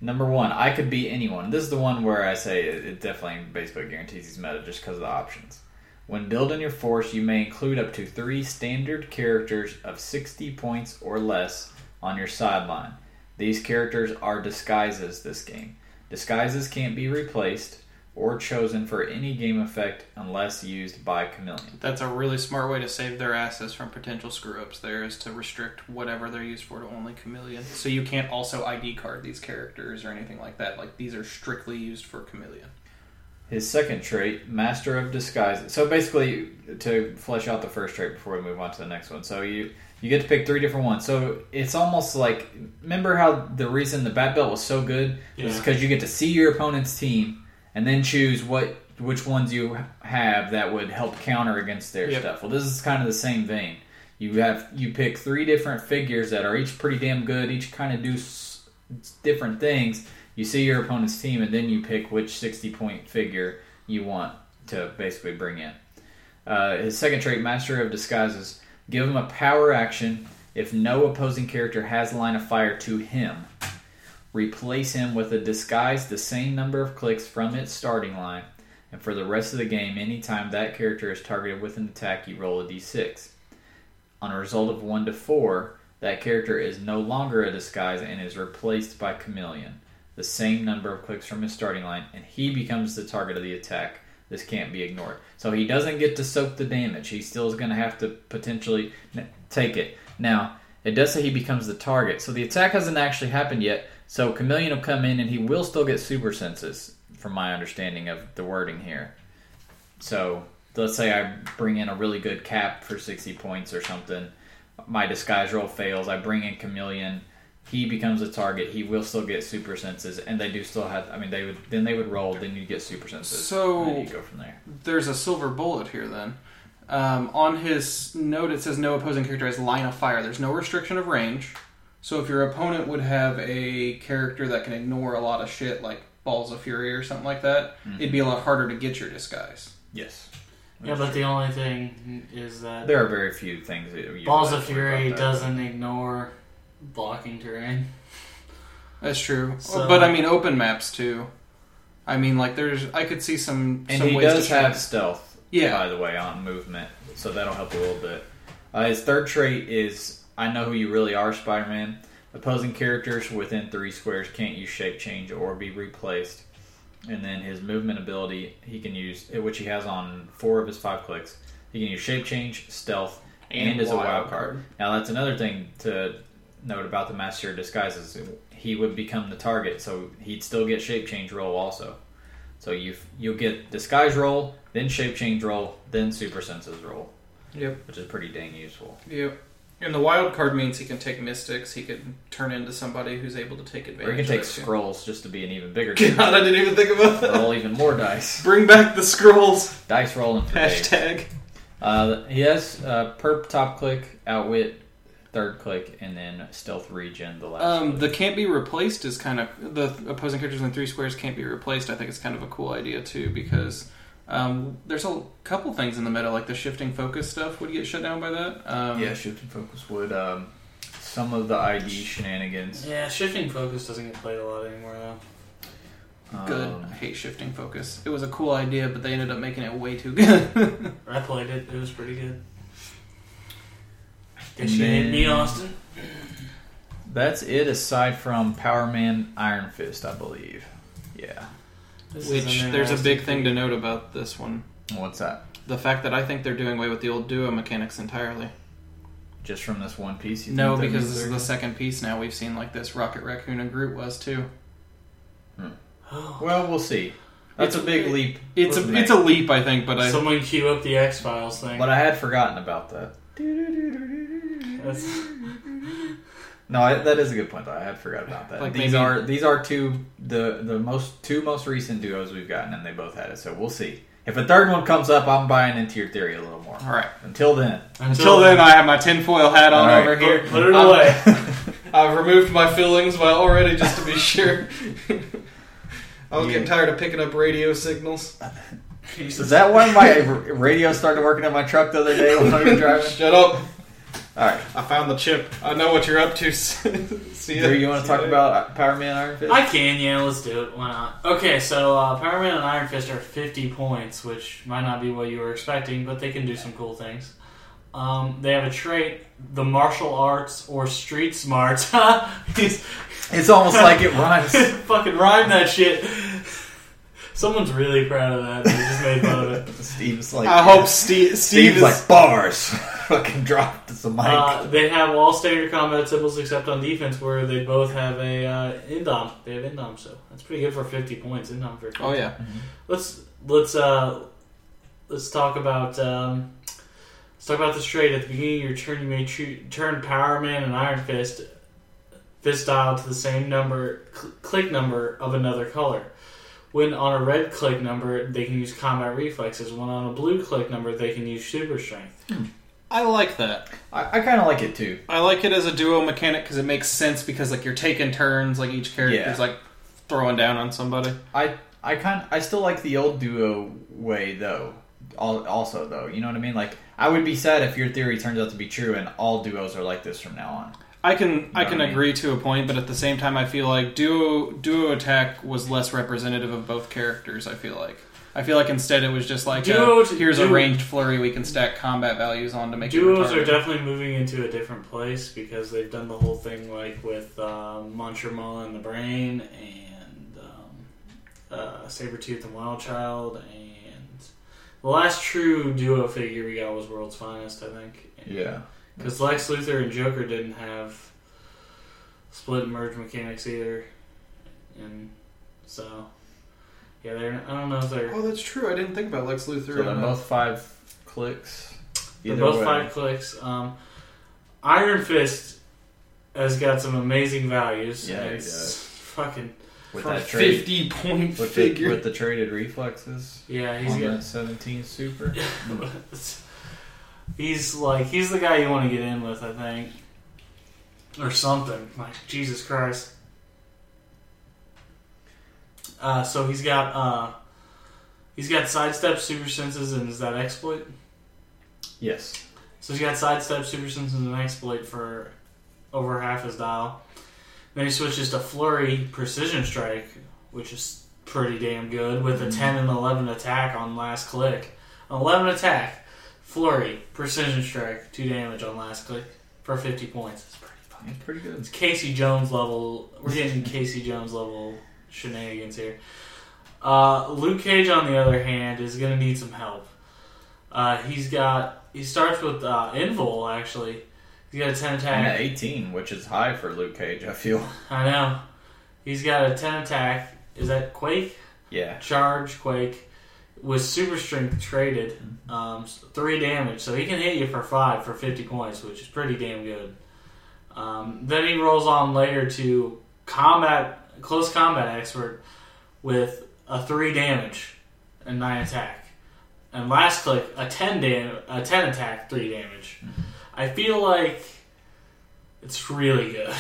D: Number one, I could be anyone. This is the one where I say it, it definitely basically guarantees he's meta just because of the options. When building your force, you may include up to three standard characters of 60 points or less on your sideline. These characters are disguises this game. Disguises can't be replaced or chosen for any game effect unless used by Chameleon.
E: That's a really smart way to save their asses from potential screw ups. There is to restrict whatever they're used for to only Chameleon. So you can't also ID card these characters or anything like that. Like these are strictly used for Chameleon.
D: His second trait, Master of Disguise. So basically, to flesh out the first trait before we move on to the next one. So you you get to pick three different ones. So it's almost like remember how the reason the bat belt was so good was
F: Yeah.
D: because you get to see your opponent's team and then choose what which ones you have that would help counter against their
E: Yep.
D: stuff. Well, this is kind of the same vein. You have you pick three different figures that are each pretty damn good. Each kind of do s- different things. You see your opponent's team, and then you pick which sixty point figure you want to basically bring in. Uh, his second trait, Master of Disguises, give him a power action if no opposing character has line of fire to him. Replace him with a disguise the same number of clicks from its starting line, and for the rest of the game, anytime that character is targeted with an attack, you roll a d6. On a result of 1 to 4, That character is no longer a disguise and is replaced by Chameleon, the same number of clicks from his starting line, and he becomes the target of the attack. This can't be ignored. So he doesn't get to soak the damage. He still is going to have to potentially n- take it. Now, it does say he becomes the target. So the attack hasn't actually happened yet. So Chameleon will come in and he will still get super senses, from my understanding of the wording here. So let's say I bring in a really good cap for 60 points or something. My disguise roll fails. I bring in Chameleon. He becomes a target. He will still get super senses, and they do still have. I mean, they would then they would roll. Then you get super senses.
E: So-
D: and then you go from there.
E: There's a silver bullet here then. Um, on his note, it says no opposing character has line of fire. There's no restriction of range. So if your opponent would have a character that can ignore a lot of shit, like Balls of Fury or something like that,
D: Mm-hmm.
E: it'd be a lot harder to get your disguise.
D: Yes,
F: Yeah, but the only thing is that
D: there are very few things. That you
F: Balls
D: would
F: of
D: worry
F: Fury
D: about that.
F: doesn't ignore blocking terrain.
E: That's true.
F: So-
E: but I mean, open maps too. I mean, like there's, I could see some.
D: And
E: some
D: he
E: ways
D: does
E: to
D: have stealth,
E: Yeah.
D: by the way, on movement, so that'll help a little bit. Uh, his third trait is I know who you really are, Spider Man. Opposing characters within three squares can't use shape change or be replaced. And then his movement ability, he can use, which he has on four of his five clicks, he can use shape change, stealth, and, as a wild card. Now, that's another thing to note about the Master of Disguises. He would become the target, so he'd still get shape change roll also. So you you'll get disguise roll, then shape change roll, then super senses roll,
E: Yep.
D: which is pretty dang useful.
E: Yep. And the wild card means he can take mystics. He can turn into somebody who's able to take advantage.
D: Or you can
E: of
D: take
E: it, too.
D: scrolls just to be an even bigger
E: God, I didn't even think about that.
D: roll even more dice.
E: Bring back the scrolls.
D: Dice rolling for days.
E: Hashtag.
D: Uh, he has uh, perp top click, outwit, third click, and then stealth regen. The last.
E: Um,
D: click.
E: the can't be replaced is kind of the opposing characters in three squares can't be replaced. I think it's kind of a cool idea too because um, there's a couple things in the meta like the shifting focus stuff would get shut down by that. Um,
D: yeah, shift and focus would um, some of the ID shenanigans.
F: Yeah, shifting focus doesn't get played a lot anymore though.
E: Good.
D: Um,
E: I hate shifting focus. It was a cool idea, but they ended up making it way too good.
F: I played it; it was pretty good.
D: And
F: Guess you hate me,
D: then-
F: Austin.
D: that's it. Aside from Power Man, Iron Fist, I believe. Yeah.
F: This is
E: Which
F: an
E: there's a big thing to
F: interesting-
E: note about this one:
D: What's that?
E: the fact that I think they're doing away with the old duo mechanics entirely.
D: Just from this one piece? You
E: No,
D: think that
E: because
D: means
E: this is
D: they're-
E: the second piece now we've seen like this. Rocket Raccoon and Groot was too.
F: Oh.
D: Well, we'll see. That's
E: It's-
D: a big leap.
E: It's
D: for
E: a
D: me.
E: it's a leap, I think, but I
F: Someone queue up the X Files thing.
D: But I had forgotten about that.
F: That's-
D: No, I, that is a good point. Though I had forgot about that.
E: Like
D: these
E: maybe-
D: are these are two the the most two most recent duos we've gotten, and they both had it. So we'll see. If a third one comes up, I'm buying into your theory a little more.
E: all right.
D: Until then,
E: Until then, I have my tinfoil hat
D: All
E: on
D: right.
E: over
F: put,
E: here.
F: put it
E: I'm-
F: away.
E: I've removed my fillings while already just to be sure. I was
D: Yeah.
E: getting tired of picking up radio signals.
D: is that why my r- radio started working in my truck the other day when I was driving?
E: Shut up!
D: All right,
E: I found the chip. I know what you're up to. See ya.
D: Drew, you want
E: See
D: to talk
E: ya.
D: about uh, Power Man Iron Fist?
F: I can, yeah, let's do it. Why not? Okay, so uh, Power Man and Iron Fist are 50 points, which might not be what you were expecting, but they can do some cool things. Um, they have a trait, the martial arts or street smarts. He's-
D: It's almost like it rhymes.
F: fucking rhyme that shit. Someone's really proud of that. They just made fun of it.
D: Steve's like,
E: I hope Steve, Steve
D: Steve's
E: is
D: like bars. Fucking dropped the mic.
F: Uh, they have all standard combat symbols except on defense, where they both have a uh, indom. They have indom, so that's pretty good for 50 points. Indom for 50.
E: Oh yeah,
F: let's let's uh let's talk about um let's talk about this trade at the beginning of your turn you may choo- turn power man and iron fist fist dial to the same number cl- click number of another color when on a red click number they can use combat reflexes when on a blue click number they can use super strength
E: I like that.
D: I, I kind of like it too.
E: I like it as a duo mechanic because it makes sense because like you're taking turns, like each character's
D: Yeah.
E: like throwing down on somebody.
D: I I kind I still like the old duo way though. Al- Also though, you know what I mean? Like I would be sad if your theory turns out to be true and all duos are like this from now on.
E: I can I
D: know
E: can
D: what I mean?
E: agree to a point, but at the same time, I feel like duo duo attack was less representative of both characters. I feel like I feel like instead it was just like a,
F: Duos-
E: here's a
F: duo-
E: ranged flurry we can stack combat values on to make it
F: Duos
E: retarded.
F: are definitely moving into a different place because they've done the whole thing like with um, Montremala and the Brain and um, uh, Sabretooth and Wild Child and the last true duo figure we got was World's Finest, I think.
D: Yeah.
F: Because Lex Luthor and Joker didn't have split and merge mechanics either, and so yeah, they're I don't know if they're
E: Oh, that's true. I didn't think about Lex Luthor.
D: So they're
E: and, uh,
D: both five clicks.
F: They're
D: Either
F: both
D: way.
F: five clicks. Um, Iron Fist has got some amazing values.
D: Yeah, he
F: it's
D: does.
F: fucking
D: with
E: for
D: that trade.
E: fifty point
D: With the,
E: figure.
D: with the traded reflexes
F: yeah. He's
D: on
F: got
D: that 17 super.
F: he's like he's the guy you want to get in with, I think, or something. Like Jesus Christ. Uh, so he's got uh, he's got sidestep, super senses, and is that exploit?
D: yes.
F: So he's got sidestep, super senses, and exploit for over half his dial. Then he switches to flurry, precision strike, which is pretty damn good with a ten and eleven attack on last click. Eleven attack, flurry, precision strike, two damage on last click for fifty points. It's pretty fucking.
D: Yeah, pretty good.
F: It's Casey Jones level. We're getting Casey Jones level shenanigans here. Uh, Luke Cage, on the other hand, is going to need some help. Uh, he's got. He starts with uh, Invol, actually. He's got a 10
D: And
F: attack.
D: at 18, which is high for Luke Cage, I feel.
F: I know. He's got a 10 attack. Is that Quake?
D: Yeah.
F: Charge, Quake. With super strength traded, um, s- three damage, so he can hit you for five for fifty points, which is pretty damn good. Um, then he rolls on later to combat close combat expert with a three damage and nine attack, and last click a ten dam- a ten attack three damage.
D: Mm-hmm.
F: I feel like it's really good.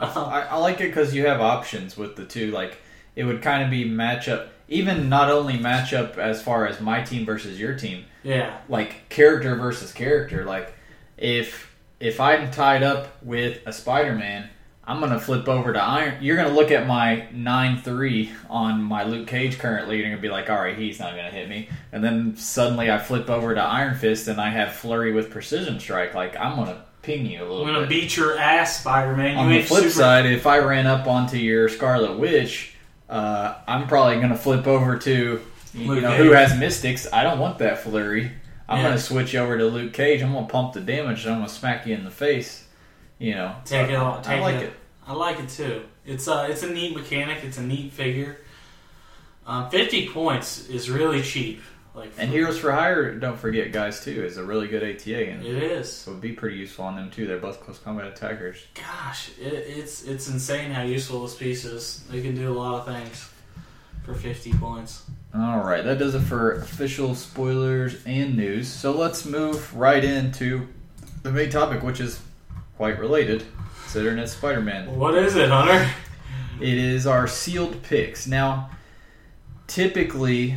F: Um,
D: I, I like it because you have options with the two. Like, it would kind of be matchup, even not only matchup as far as my team versus your team,
F: yeah,
D: like character versus character. Like, if if I'm tied up with a Spider-Man, I'm gonna flip over to Iron. You're gonna look at my nine three on my Luke Cage currently, and you're gonna be like, "All right, he's not gonna hit me." And then suddenly I flip over to Iron Fist, and I have Flurry with Precision Strike. Like, I'm gonna ping you a little.
F: I'm gonna
D: bit
F: beat your ass, Spider Man.
D: on the flip side, if I ran up onto your Scarlet Witch, uh, I'm probably going to flip over to you
F: Luke
D: know
F: Cage.
D: who has Mystics. I don't want that flurry. I'm
F: Yeah.
D: going to switch over to Luke Cage. I'm going to pump the damage. and I'm going to smack you in the face. You know,
F: Take it all.
D: I
F: Take
D: like it.
F: I like it too. It's a it's a neat mechanic. It's a neat figure. Um, Fifty points is really cheap. Like
D: And Heroes for Hire, don't forget, guys, too, is a really good ATA and
F: it
D: it
F: is.
D: would be pretty useful on them too. They're both close combat attackers.
F: Gosh, it, it's it's insane how useful this piece is. They can do a lot of things for fifty points.
D: All right, that does it for official spoilers and news. So let's move right into the main topic, which is quite related, considering it's Spider Man.
F: What is it, Hunter?
D: It is our sealed picks. Now, typically,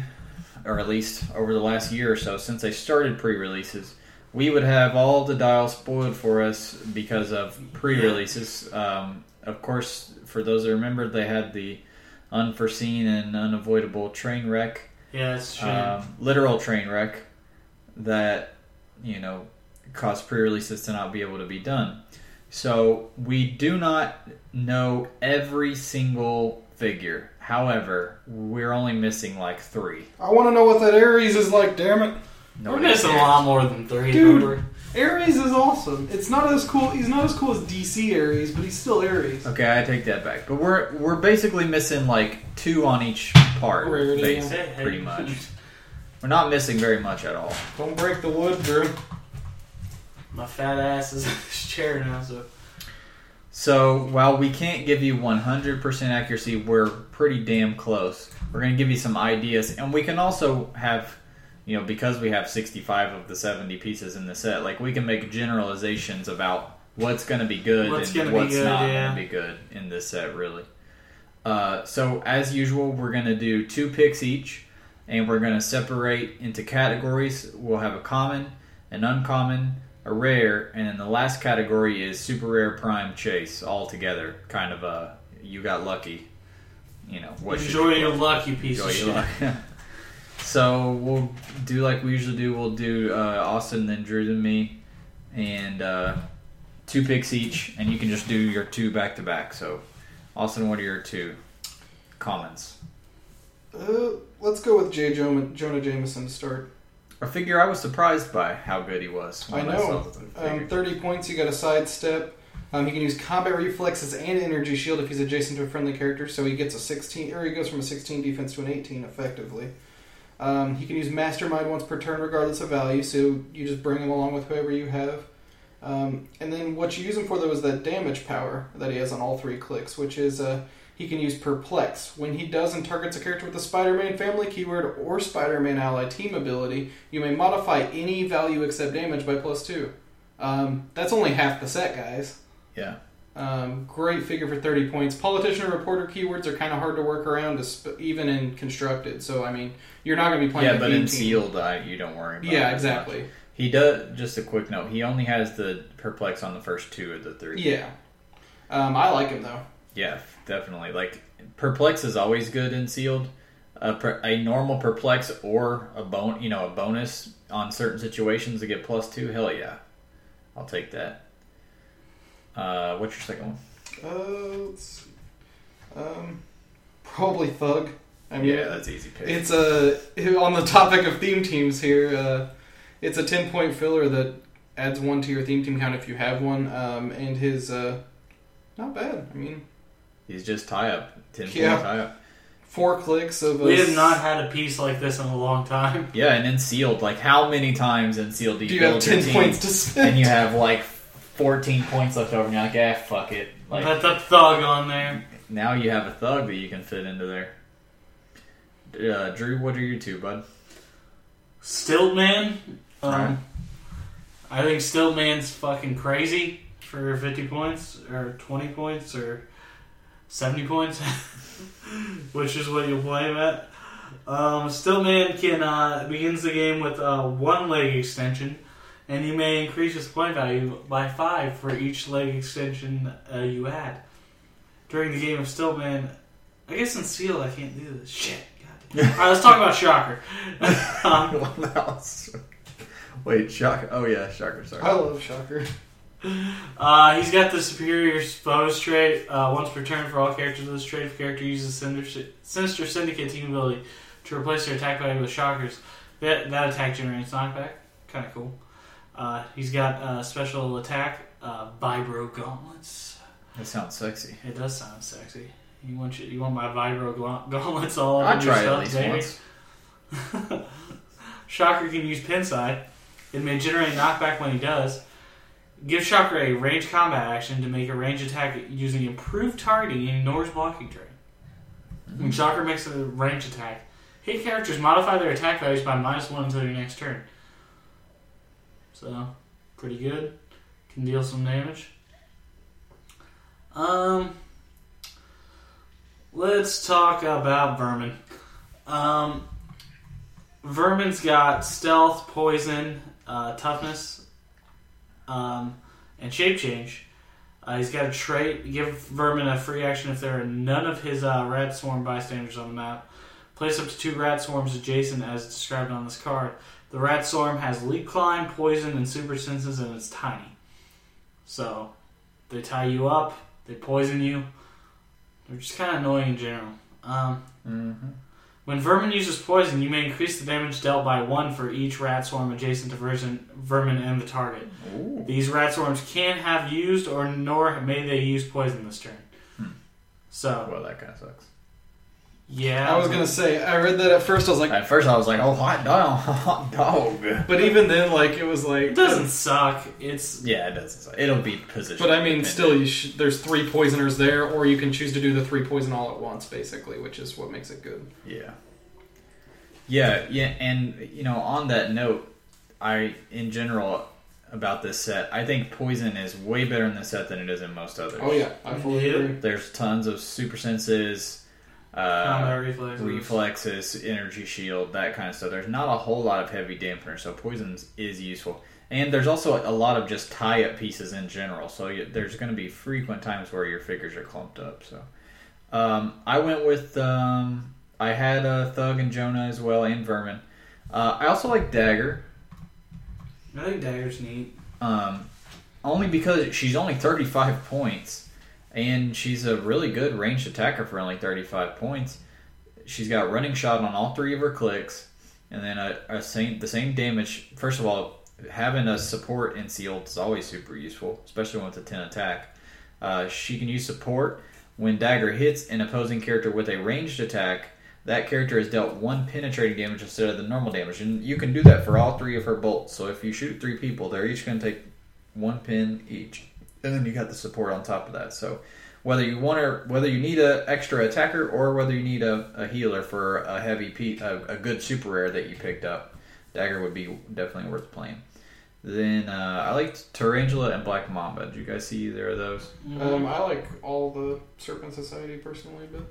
D: or at least over the last year or so, since they started pre releases, we would have all the dials spoiled for us because of pre releases. Um, of course, for those that remember, they had the unforeseen and unavoidable train wreck
F: Yeah, it's true.
D: um, literal train wreck that you know caused pre-releases to not be able to be done. So we do not know every single figure. However, we're only missing like three.
E: I want to know what that Ares is like. Damn it,
F: We're missing a lot more than three.
E: Dude.
F: Remember?
E: Ares is awesome. It's not as cool. He's not as cool as DC Ares, but he's still Ares.
D: Okay, I take that back. But we're we're basically missing like two on each part,
E: Rarity.
D: basi-
F: Hey, hey.
D: pretty much. We're not missing very much at all.
E: Don't break the wood, Drew.
F: My fat ass is in this chair now, so
D: So while we can't give you 100% accuracy, we're pretty damn close. We're going to give you some ideas, and we can also have, you know, because we have 65 of the 70 pieces in the set, like we can make generalizations about what's going to be good
F: What's
D: and
F: gonna be
D: what's
F: good,
D: not
F: yeah.
D: going to be good in this set, really. Uh, so as usual, we're going to do two picks each, and we're going to separate into categories. We'll have a common, an uncommon, a rare, and then the last category is super rare prime chase all together. Kind of a you got lucky, you know. What should
F: enjoy your luck, you piece
D: enjoy
F: of
D: your
F: shit.
D: luck? So we'll do like we usually do. We'll do uh, Austin, then Drew, then me, and uh, two picks each, and you can just do your two back to back. So, Austin, what are your two comments?
E: Uh, let's go with Jay jo- Jonah Jameson to start.
D: A figure I was surprised by how good he was.
E: I
D: when saw
E: know.
D: the figure.
E: Um, 30 points, you got a sidestep. Um, he can use combat reflexes and energy shield if he's adjacent to a friendly character, so he gets a 16, or he goes from a 16 defense to an 18 effectively. Um, he can use Mastermind once per turn, regardless of value, so you just bring him along with whoever you have. Um, and then what you use him for, though, is that damage power that he has on all three clicks, which is uh, he can use Perplex. When he does and targets a character with a Spider Man family keyword or Spider Man ally team ability, you may modify any value except damage by plus two. Um, that's only half the set, guys.
D: Yeah.
E: Um, great figure for 30 points. Politician or reporter keywords are kind of hard to work around, esp- even in constructed. So, I mean, you're not going to be playing
D: Yeah,
E: a
D: but
E: B
D: in
E: team.
D: sealed, I, you don't worry. About it
E: Yeah,
D: as much.
E: exactly.
D: He does. Just a quick note. He only has the perplex on the first two of the three.
E: Yeah. Um, I like him, though.
D: Yeah, definitely. Like perplex is always good in sealed. A, per, a normal perplex or a bon, you know, a bonus on certain situations to get plus two. Hell yeah, I'll take that. Uh, what's your second one?
E: Uh, let's see. Um, probably Thug. I mean,
D: yeah, that's easy pick.
E: It's a on the topic of theme teams here. Uh, it's a ten point filler that adds one to your theme team count if you have one. Um, and his uh, not bad. I mean,
D: He's just tie up, ten
E: Yeah.
D: point tie up.
E: four clicks of a
F: We have not had a piece like this in a long time.
D: Yeah, and then sealed. Like how many times in sealed do you,
E: Do you have
D: build your
E: ten
D: team
E: points to spend?
D: and you have like fourteen points left over, and you're like, ah, fuck it. Like
F: Put the thug on there.
D: now you have a thug that you can fit into there. Uh, Drew, what are you two, bud?
F: Stiltman. Um,
D: Alright.
F: I think Stiltman's fucking crazy for 50 points or 20 points or 70 points, which is what you'll play him at. Um, Stiltman can uh, begins the game with a one leg extension, and you may increase his point value by five for each leg extension uh, you add. During the game of Stillman, I guess in Seal I can't do this shit. God. All right, let's talk about Shocker. Um,
D: Wait, Shocker. Oh yeah, Shocker. Sorry.
E: I love Shocker.
F: Uh, he's got the superior bonus trait uh, once per turn for all characters of this trait. If a character uses Sinister, Sinister Syndicate team ability to replace their attack value with shockers, that, that attack generates knockback. Kind of cool. Uh, he's got uh, special attack, uh, Vibro Gauntlets.
D: That sounds sexy.
F: It does sound sexy. You want your, you want my Vibro gaunt- Gauntlets
E: Oh,
F: all over
D: I
F: your
D: try it at
F: stuff,
D: least
F: baby?
D: once.
F: Shocker can use pin side. It may generate knockback when he does. Give Shocker a range combat action to make a range attack using improved targeting and ignores blocking terrain. When Shocker makes a range attack, hit characters modify their attack values by minus one until your next turn. So, pretty good. Can deal some damage. Um, let's talk about Vermin. Um, Vermin's got stealth, poison, uh, toughness, um, and shape change. Uh, he's got a trait. Give Vermin a free action if there are none of his uh, rat swarm bystanders on the map. Place up to two rat swarms adjacent as described on this card. The rat swarm has leap climb, poison, and super senses, and it's tiny. So, they tie you up, they poison you. They're just kind of annoying in general. Um, when vermin uses poison, you may increase the damage dealt by one for each rat swarm adjacent to version, vermin and the target. These rat swarms can have used or nor may they use poison this turn. So,
D: Well, that kind of sucks.
F: yeah.
E: I was gonna say I read that at first. I was like,
D: At first, I was like, "Oh, hot dog, hot dog."
E: but even then, like it was
F: It
E: like.
F: doesn't suck. It's.
D: Yeah, it does. suck. It'll be position.
E: But I mean,
D: dependent.
E: still, you sh- there's three poisoners there, or you can choose to do the three poison all at once, basically, which is what makes it good.
D: Yeah. Yeah, yeah, and you know, on that note, I in general about this set, I think poison is way better in this set than it is in most others.
E: Oh yeah, I fully
F: Yeah.
E: agree.
D: There's tons of super senses,
F: Combat
D: uh,
F: reflexes.
D: reflexes, energy shield, that kind of stuff. There's not a whole lot of heavy dampener, so poisons is useful. And there's also a lot of just tie up pieces in general, so you, there's going to be frequent times where your figures are clumped up. So um, I went with um, I had uh, Thug and Jonah as well, and Vermin. Uh, I also like Dagger,
F: I think Dagger's neat.
D: um, only because she's only 35 points, and she's a really good ranged attacker for only 35 points. She's got running shot on all three of her clicks, and then a, a same the same damage. First of all, having a support in sealed is always super useful, especially when it's a 10 attack. Uh, she can use support when dagger hits an opposing character with a ranged attack. That character is dealt one penetrating damage instead of the normal damage, and you can do that for all three of her bolts. So if you shoot three people, they're each going to take one pin each, and then you got the support on top of that. So whether you want to, whether you need a extra attacker or whether you need a, a healer for a heavy pe- a, a good super rare that you picked up, dagger would be definitely worth playing. Then uh, I liked Tarantula and Black Mamba. Did you guys see either of those?
E: Um, I like all the Serpent Society personally, but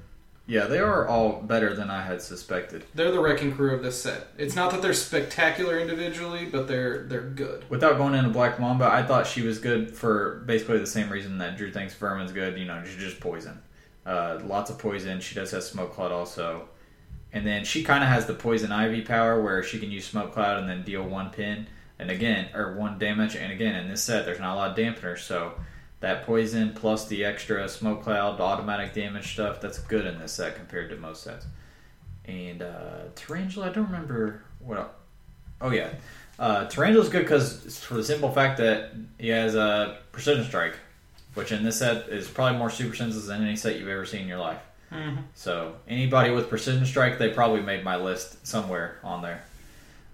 D: Yeah, they are all better than I had suspected.
E: they're the wrecking crew of this set. It's not that they're spectacular individually, but they're they're good.
D: Without going into Black Mamba, I thought she was good for basically the same reason that Drew thinks Vermin's good. You know, she's just poison. Uh, lots of poison. She does have Smoke Cloud also. And then she kind of has the Poison Ivy power where she can use Smoke Cloud and then deal one pin. And again, or one damage. And again, in this set, there's not a lot of dampeners. So that poison plus the extra Smoke Cloud, automatic damage stuff, that's good in this set compared to most sets. And uh, Tarantula, I don't remember what else. Oh, yeah. Uh, Tarantula's good because for the simple fact that he has a precision strike, which in this set is probably more super senses than any set you've ever seen in your life. So anybody with precision strike, they probably made my list somewhere on there.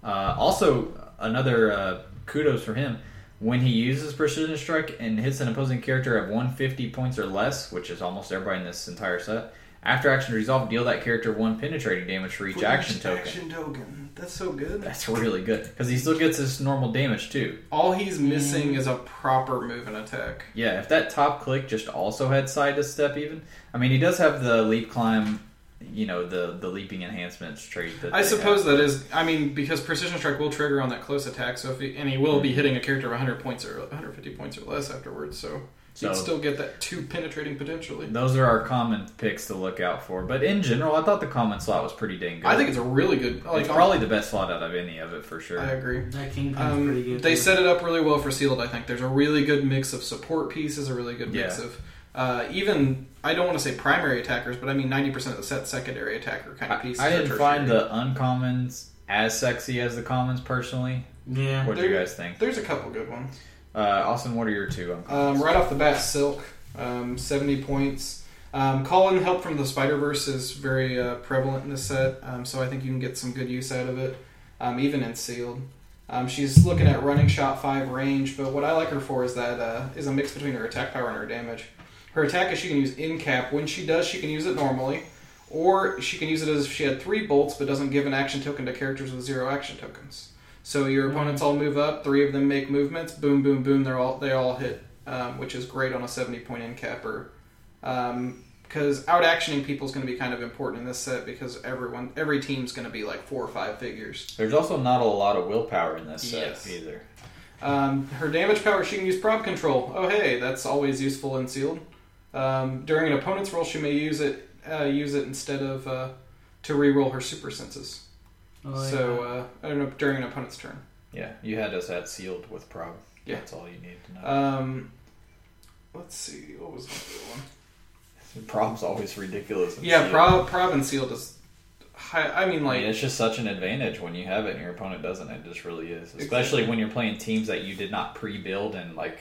D: Uh, also, another uh, kudos for him when he uses precision strike and hits an opposing character at 150 points or less, which is almost everybody in this entire set. After action resolve, deal that character one penetrating damage for each action token.
E: Action token. That's so good.
D: That's really good because he still gets his normal damage too.
E: All he's missing is a proper move and attack.
D: Yeah, if that top click just also had side to step, even I mean, he does have the leap climb, you know, the the leaping enhancements trait. That
E: I
D: they
E: suppose
D: have.
E: that is. I mean, because precision strike will trigger on that close attack, so if he, and he will be hitting a character 100 points or 150 points or less afterwards, so
D: So-
E: you'd still get that two penetrating potentially.
D: those are our common picks to look out for. But in general, I thought the common slot was pretty dang good.
E: I think it's a really good. Like,
D: it's probably the best slot out of any of it for sure.
E: I agree.
F: That Kingpin's pretty
E: Um,
F: good.
E: they
F: too.
E: set it up really well for sealed. I think there's a really good mix of support pieces, a really good mix
D: Yeah.
E: of uh, even I don't want to say primary attackers, but I mean 90% of the set secondary attacker kind
D: I,
E: of pieces.
D: I
E: or
D: didn't find
E: tertiary.
D: the uncommons as sexy as the commons personally.
F: yeah.
D: What do you
E: They're-
D: guys think?
E: There's a couple good ones.
D: Uh, Austin, what are your two? uncommons?
E: Um, right off the bat, Silk, um, 70 points. Um, Colin help from the Spider Verse is very uh, prevalent in this set, um, so I think you can get some good use out of it, um, even in sealed. Um, she's looking at running shot five range, but what I like her for is that uh, is a mix between her attack power and her damage. Her attack is she can use in cap. When she does, she can use it normally, or she can use it as if she had three bolts but doesn't give an action token to characters with zero action tokens. So your opponents all move up. Three of them make movements. Boom, boom, boom. They're all they all hit, um, which is great on a seventy point end capper. Because out actioning people is going to be kind of important in this set because everyone every team's going to be like four or five figures.
D: There's also not a lot of willpower in this set
E: Yes.
D: either.
E: Um, her damage power she can use prob control. Oh hey, that's always useful in sealed. Um, during an opponent's roll, she may use it uh, use it instead of uh, to reroll her super senses.
F: I like
E: so uh, I don't know during an opponent's turn.
D: Yeah, you had us at sealed with prob.
E: Yeah.
D: That's all you need to know.
E: Um, let's see, what was the other one?
D: Prob's always ridiculous. in
E: Yeah,
D: sealed.
E: prob, prob and sealed is high. I mean,
D: I mean,
E: like
D: it's just such an advantage when you have it and your opponent doesn't. It just really is, especially when you're playing teams that you did not pre-build and like,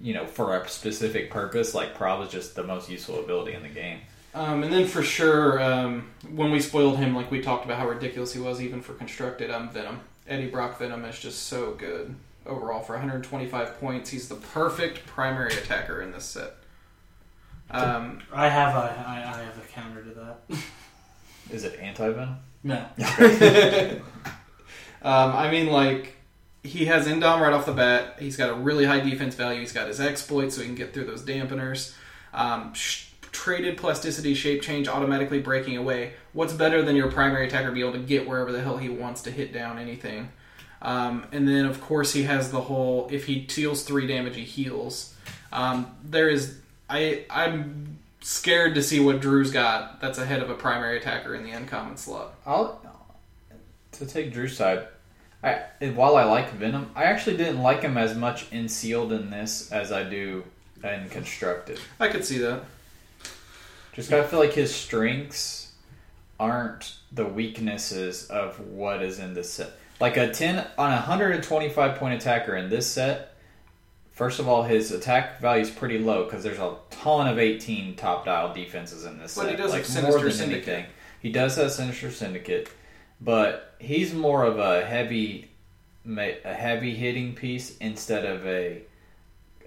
D: you know, for a specific purpose. Like prob is just the most useful ability in the game.
E: Um, and then for sure, um, when we spoiled him, like we talked about how ridiculous he was, even for constructed. Um, Venom, Eddie Brock Venom is just so good overall for 125 points. He's the perfect primary attacker in this set. Um,
F: I have a I, I have a counter to that.
D: Is it anti venom?
F: no.
E: um, I mean, like he has Endom right off the bat. He's got a really high defense value. He's got his exploits, so he can get through those dampeners. Um, sh- traded plasticity, shape change, automatically breaking away. What's better than your primary attacker be able to get wherever the hell he wants to hit down anything? Um, and then, of course, he has the whole if he deals three damage, he heals. Um, there is I I'm scared to see what Drew's got that's ahead of a primary attacker in the uncommon slot.
D: I'll to take Drew's side. I and while I like Venom, I actually didn't like him as much in Sealed in this as I do in Constructed.
E: I could see that.
D: Just 'cause I feel like his strengths aren't the weaknesses of what is in this set. Like a ten on a hundred and twenty-five point attacker in this set. First of all, his attack value is pretty low because there's a ton of eighteen top dial defenses in this
E: But
D: set.
E: he does
D: like
E: have
D: more
E: Sinister
D: than
E: Syndicate.
D: anything, he does have Sinister Syndicate, but he's more of a heavy, ma- a heavy hitting piece instead of a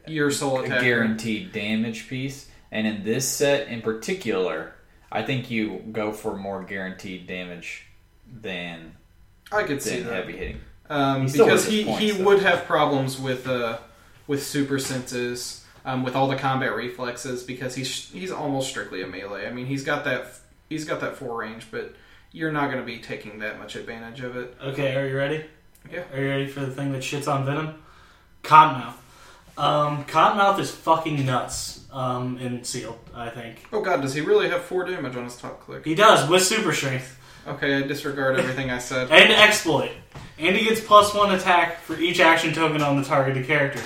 E: Your soul
D: a
E: attacker.
D: guaranteed damage piece. And in this set in particular, I think you go for more guaranteed damage than,
E: I could see
D: than
E: that.
D: heavy hitting.
E: Um,
D: He still
E: because
D: has
E: he,
D: his points,
E: he
D: though.
E: would have problems with uh, with super senses, um, with all the combat reflexes, because he's he's almost strictly a melee. I mean, he's got that he's got that four range, but you're not going to be taking that much advantage of it.
F: Okay, are you ready?
E: Yeah.
F: Are you ready for the thing that shits on Venom? Cottonmouth. Um, Cottonmouth is fucking nuts um, in Sealed, I think.
E: Oh God, does he really have four damage on his top click?
F: He does, with super strength.
E: Okay, I disregard everything I said.
F: And exploit. And he gets plus one attack for each action token on the targeted character.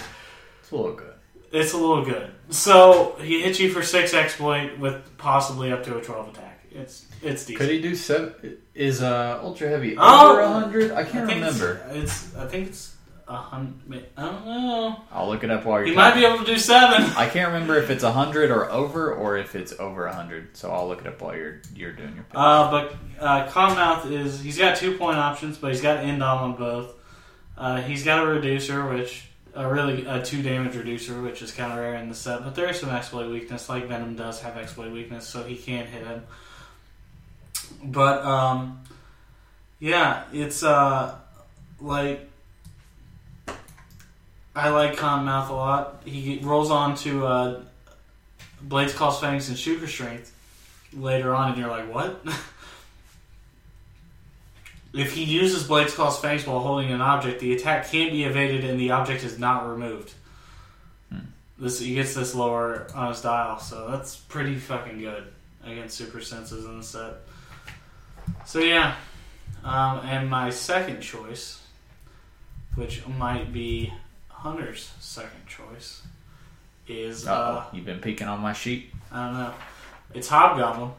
D: It's a little good.
F: It's a little good. So he hits you for six exploit with possibly up to a twelve attack. It's it's decent.
D: Could he do seven? Is uh, ultra heavy
F: Oh!
D: under hundred? I can't
F: think it's-
D: remember.
F: It's, I think it's a hundred. I don't know.
D: I'll look it up while you're.
F: He might
D: talking.
F: be able to do seven.
D: I can't remember if it's hundred or over, or if it's over hundred. So I'll look it up while you're you're doing your. Pick.
F: Uh, but uh, Cottonmouth is he's got two point options, but he's got end on both. Uh, he's got a reducer, which a really a two damage reducer, which is kind of rare in the set. But there is some exploit weakness, like Venom does have exploit weakness, so he can hit him. But um, yeah, it's uh, like I like Cottonmouth a lot. He rolls on to uh, Blades, Calls, Fangs, and Shooter Strength later on, and you're like, what? if he uses Blade's Claw's Fangs while holding an object, the attack can be evaded and the object is not removed. This He gets this lower on his dial, so that's pretty fucking good against Super Senses in the set. So, yeah. Um, and my second choice, which might be Hunter's second choice, is uh,
D: Uh-oh, you've been peeking on my sheet.
F: I don't know. It's Hobgoblin.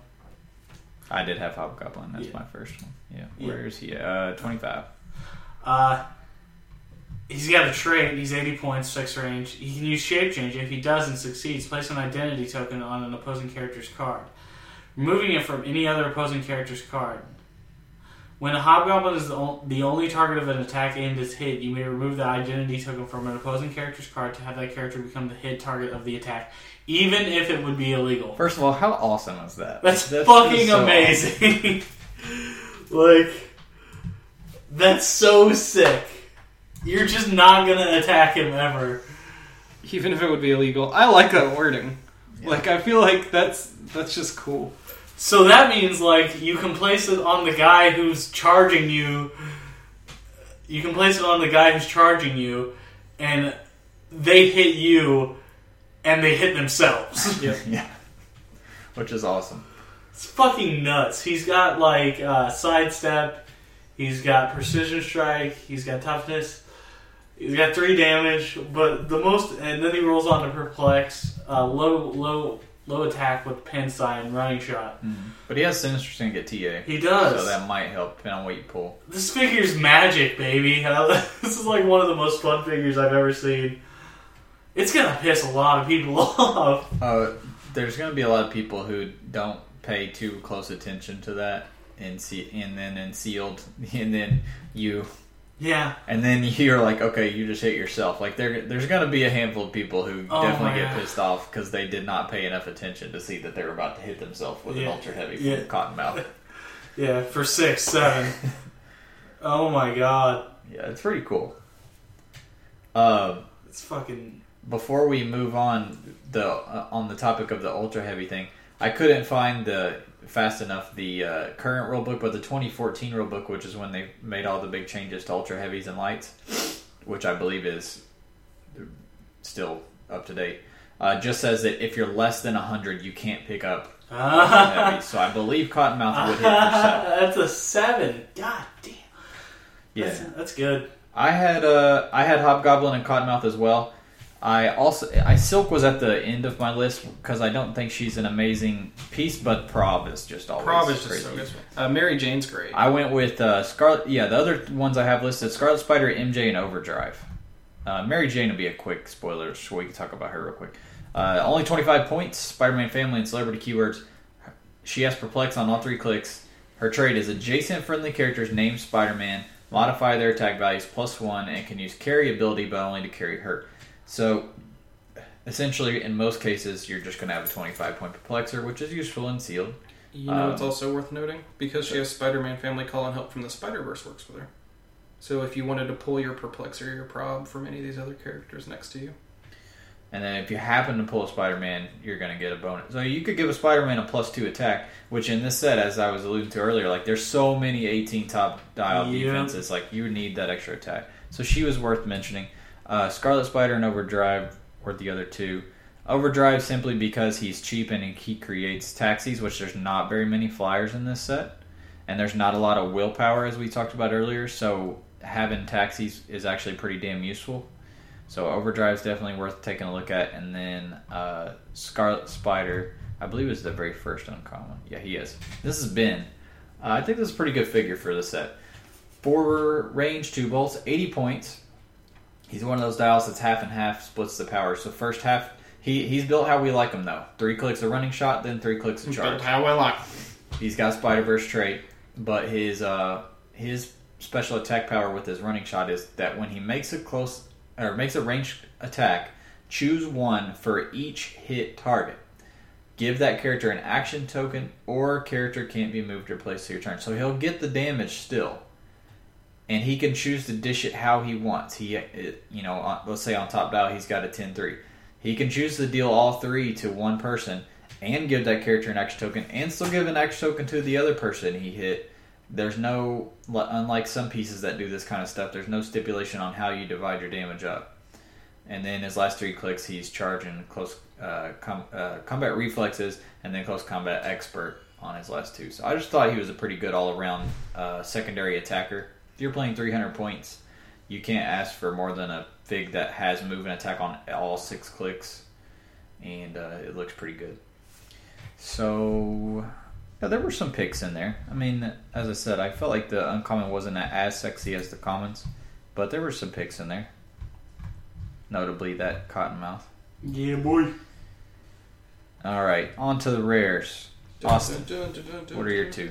D: I did have Hobgoblin. That's
F: Yeah.
D: my first one. Yeah.
F: Yeah.
D: Where is he? Uh, twenty-five.
F: Uh, he's got a trait. He's 80 points, 6 range. He can use shape change. If he does and succeeds, place an identity token on an opposing character's card, removing it from any other opposing character's card. When a hobgoblin is the, on- the only target of an attack aimed is hit, you may remove the identity token from an opposing character's card to have that character become the hit target of the attack, even if it would be illegal.
D: First of all, how awesome is that?
F: That's,
D: Like,
F: fucking
D: so
F: amazing. like, that's so sick. You're just not gonna attack him ever.
E: Even if it would be illegal, I like that wording. Like I feel like that's that's just cool.
F: So that means like you can place it on the guy who's charging you. You can place it on the guy who's charging you, and they hit you, and they hit themselves.
D: awesome. yeah. Which is awesome.
F: It's fucking nuts. He's got like uh, sidestep. He's got precision strike. He's got toughness. He's got three damage, but the most, and then he rolls on to perplex, uh, low, low, low attack with pin sign, running shot.
D: Mm-hmm. But he has Sinister Syndicate TA.
F: He does.
D: So that might help, depending on what you pull.
F: This figure's magic, baby. Uh, this is like one of the most fun figures I've ever seen. It's gonna piss a lot of people off.
D: Uh, there's going to be a lot of people who don't pay too close attention to that. And see, and then in sealed, and then you,
F: Yeah.
D: and then you're like, okay, you just hit yourself. Like there, there's gonna be a handful of people who
F: Oh my
D: definitely get
F: God.
D: pissed off because they did not pay enough attention to see that they were about to hit themselves with an
F: Yeah.
D: ultra heavy
F: Yeah.
D: from Cottonmouth.
F: Yeah, for six, seven. oh my god.
D: Yeah, it's pretty cool. Um,
F: It's fucking.
D: before we move on the uh, on the topic of the ultra heavy thing, I couldn't find the fast enough the uh, current rule book, but the 2014 rule book, which is when they made all the big changes to ultra heavies and lights, which I believe is still up to date. uh, just says that if you're less than 100, you can't pick up
F: Ah,
D: heavy. So I believe Cottonmouth would hit for seven.
F: that's a seven. God damn.
D: Yeah.
F: That's, that's good.
D: I had uh, I had Hobgoblin and Cottonmouth as well. I also I Silk was at the end of my list because I don't think she's an amazing piece, but Prov is just always
E: Prob is just
D: crazy.
E: so good. Uh, Mary Jane's great.
D: I went with uh, Scarlet. Yeah, the other ones I have listed: Scarlet Spider, MJ, and Overdrive. Uh, Mary Jane will be a quick spoiler, so we can talk about her real quick. Uh, only 25 points. Spider-Man family and celebrity keywords. She has perplex on all three clicks. Her trait is adjacent friendly characters named Spider-Man modify their attack values plus one and can use carry ability, but only to carry her. So. Essentially, in most cases, you're just going to have a 25 point perplexer, which is useful in sealed.
E: You know, Uh, it's
D: Um,
E: also worth noting because she has Spider-Man family call and help from the Spider-Verse works with her. So if you wanted to pull your Perplex or your Prob from any of these other characters next to you,
D: And then if you happen to pull a Spider-Man, you're going to get a bonus. So you could give a Spider-Man a plus two attack, which in this set, as I was alluding to earlier, like there's so many 18 top dial
F: Yeah.
D: defenses, like you need that extra attack. So she was worth mentioning. Uh, Scarlet Spider and Overdrive were the other two. Overdrive simply because he's cheap and he creates taxis, which there's not very many flyers in this set, and there's not a lot of willpower as we talked about earlier. So having taxis is actually pretty damn useful. So Overdrive's definitely worth taking a look at, and then uh, Scarlet Spider, I believe is the very first uncommon. Yeah, he is. This is Ben. Uh, I think this is a pretty good figure for this set. Four range, two bolts, 80 points. He's one of those dials that's half and half splits the power. So first half, he he's built how we like him though. Three clicks a running shot, then three clicks a charge.
E: how I like.
D: He's got Spider Verse trait, but his uh, his special attack power with his running shot is that when he makes a close or makes a ranged attack, choose one for each hit target. Give that character an action token, or character can't be moved or placed to your turn. So he'll get the damage still, and he can choose to dish it how he wants. He, uh, you know, on, let's say on top dial he's got a 10-3. He can choose to deal all three to one person, and give that character an action token and still give an action token to the other person he hit. There's no, li- unlike some pieces that do this kind of stuff, there's no stipulation on how you divide your damage up. And then his last three clicks, he's charging close uh, com- uh, combat reflexes and then close combat expert on his last two. So I just thought he was a pretty good all around uh, secondary attacker. If you're playing 300 points, you can't ask for more than a fig that has move and attack on all six clicks. And uh, it looks pretty good. So, yeah, there were some picks in there. I mean, as I said, I felt like the uncommon wasn't as sexy as the commons, but there were some picks in there. Notably that cottonmouth.
F: Yeah, boy.
D: All right, on to the rares. Austin,
E: Dun, dun, dun, dun,
D: what are your
E: dun.
D: two?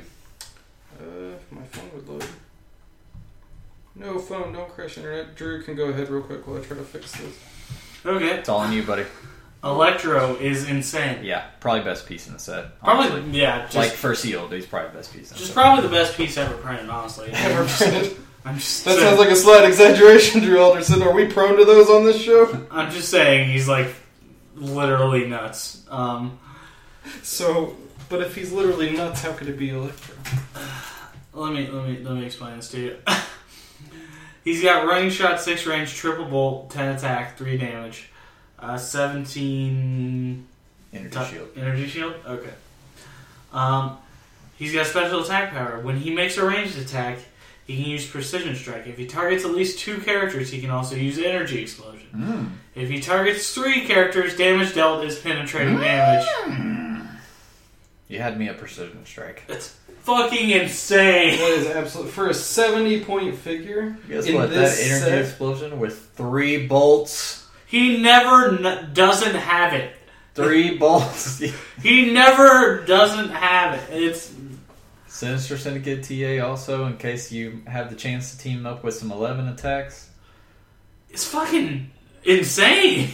E: Uh, if my phone would load. No phone, don't crash internet. Drew can go ahead real quick while I try to fix this.
F: Okay.
D: It's all on you, buddy.
F: Electro is insane.
D: Yeah, probably best piece in the set.
F: Probably,
D: honestly.
F: yeah, just,
D: like for sealed, he's probably best piece. In the
F: just
D: set.
F: probably the best piece ever printed, honestly. I'm
E: that
F: just
E: sounds like a slight exaggeration, Drew Alderson. Are we prone to those on this show?
F: I'm just saying he's like literally nuts. Um,
E: So, but if he's literally nuts, how could it be Electro?
F: let me let me let me explain this to you. he's got running shot, six range, triple bolt, ten attack, three damage, uh, seventeen
D: Energy
F: Ta-
D: shield.
F: Energy shield. Okay. Um, he's got special attack power. When he makes a ranged attack, he can use precision strike. If he targets at least two characters, he can also use energy explosion.
D: Mm.
F: If he targets three characters, damage dealt is penetrating damage.
D: You had me at precision strike.
F: It's fucking insane.
E: That is absolute for a seventy point figure.
D: Guess
E: in
D: what? That
E: this
D: energy
E: set-
D: explosion with three bolts.
F: He never n- doesn't have it.
D: Three bolts.
F: He never doesn't have it. It's
D: Sinister Syndicate TA also, in case you have the chance to team up with some 11 attacks.
F: it's fucking insane.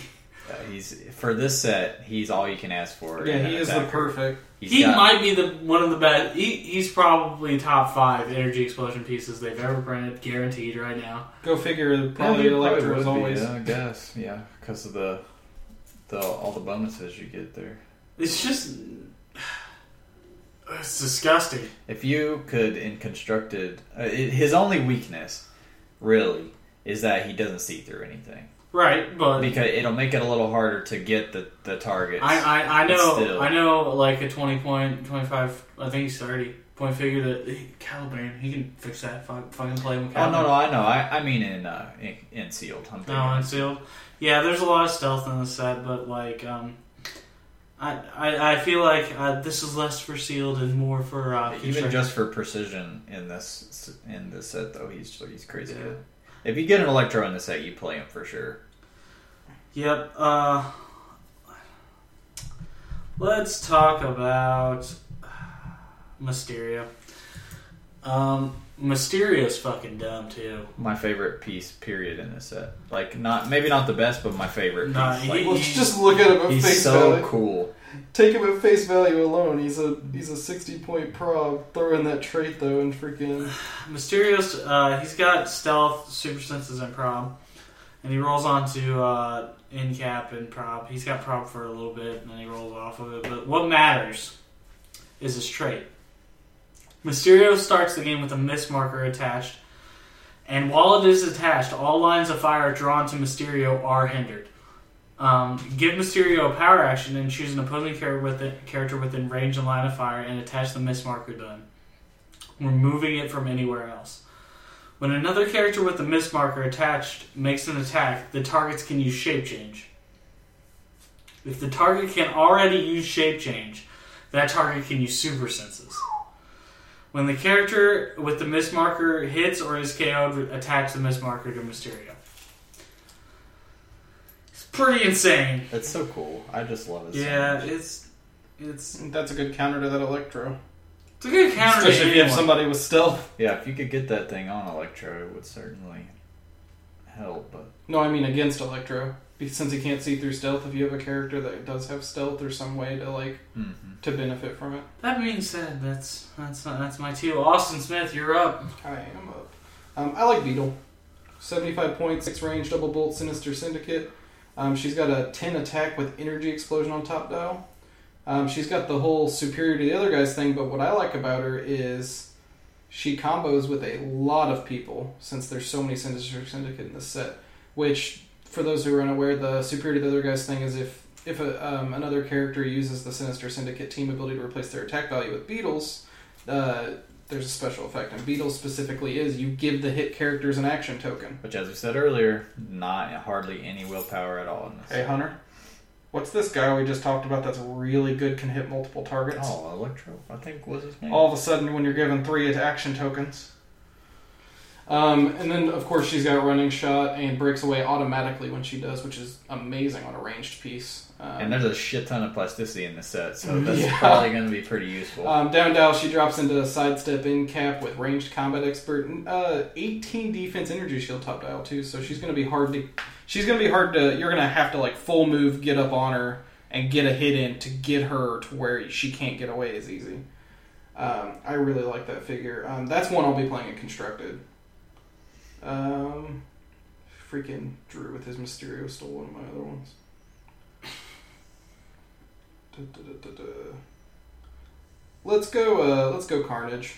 D: Uh, he's for this set. He's all you can ask for.
E: Yeah,
D: in
E: he
D: an
E: is the
D: attacker.
E: perfect.
D: He's
F: he
D: got-
F: might be the one of the best. He, he's probably top five energy explosion pieces they've ever printed, guaranteed right now.
E: Go figure.
D: Yeah,
E: Probably
D: he
E: Electro
D: would
E: is
D: be,
E: always.
D: yeah, I guess. Yeah, because of the the all the bonuses you get there.
F: It's just it's disgusting.
D: If you could, in constructed, uh, it, his only weakness, really, is that he doesn't see through anything.
F: Right, but
D: because it'll make it a little harder to get the the targets.
F: I, I, I
D: But
F: know
D: still.
F: I know like a 20 point, 25, I think he's 30 point figure that he- Caliban, he can fix that. Fuck- Fucking play with
D: oh
F: Caliban.
D: no, no, I know. I, I mean in uh, in, in sealed. I'm thinking.
F: No, unsealed. Yeah, there's a lot of stealth in this set, but like, um, I I, I feel like uh, this is less for sealed and more for uh,
D: even
F: construct-
D: just for precision in this in this set though, he's he's crazy.
F: Yeah.
D: good. If you get an electro in this set, you play him for sure.
F: Yep. Uh, let's talk about Mysterio. Um, Mysterio's fucking dumb too.
D: My favorite piece, period, in this set. Like not maybe not the best, but my favorite. Piece.
F: Nah,
D: Like,
F: he-
E: Well, just look at him at
D: he's
E: face
D: so
E: value.
D: cool.
E: Take him at face value alone. He's a he's a sixty point prob. Throw in that trait though, and freaking
F: Mysterio's uh, he's got stealth, super senses, and prob, and he rolls onto uh, in cap and prob. He's got prob for a little bit, and then he rolls off of it. But what matters is his trait. Mysterio starts the game with a miss marker attached, and while it is attached, all lines of fire drawn to Mysterio are hindered. Um, give Mysterio a power action and choose an opposing character within, character within range and line of fire and attach the miss marker to him removing it from anywhere else. When another character with a miss marker attached makes an attack, the targets can use shape change. If the target can already use shape change, that target can use super senses. When the character with the miss marker hits or is KO'd, attach the miss marker to Mysterio. It's pretty insane.
D: That's so cool. I just love it. so
F: Yeah,
D: much.
F: it's it's
E: that's a good counter to that electro.
F: it's a good counter. to
E: Especially if you have
F: anyone.
E: somebody with stealth.
D: yeah. If you could get that thing on electro, it would certainly help. But
E: No, I mean against electro. Be- Since he can't see through stealth, if you have a character that does have stealth or some way to like
D: mhm.
E: to benefit from it,
F: That being said, that's that's that's my two. Austin Smith, you're up.
E: I am up. Um, I like Beetle. Seventy-five points, six range, double bolt, sinister syndicate. Um, she's got a ten attack with energy explosion on top dial. Um, she's got the whole superior to the other guys thing, but what I like about her is she combos with a lot of people since there's so many sinister syndicate in this set. Which, for those who are unaware, the superior to the other guys thing is if if a, um, another character uses the sinister syndicate team ability to replace their attack value with Beetles. Uh, there's a special effect, and Beetle specifically is you give the hit characters an action token.
D: Which, as we said earlier, not hardly any willpower at all in this.
E: Hey, Hunter, what's this guy we just talked about that's really good can hit multiple targets?
D: Oh, Electro, I think was his name.
E: All of a sudden, when you're given three at- action tokens. Um, and then, of course, she's got running shot and breaks away automatically when she does, which is amazing on a ranged piece. Um,
D: and there's a shit ton of plasticity in this set, so that's
E: Mm-hmm. Yeah.
D: probably going to be pretty useful.
E: Um, down Dow, she drops into a sidestep in cap with ranged combat expert. and, Uh, 18 defense energy shield top dial too, so she's going to be hard to. She's going to be hard to. You're going to have to like full move, get up on her, and get a hit in to get her to where she can't get away as easy. Um, I really like that figure. Um, that's one I'll be playing in constructed. Um, freaking Drew with his Mysterio stole one of my other ones. Da-da-da-da-da. Let's go. Uh, let's go Carnage.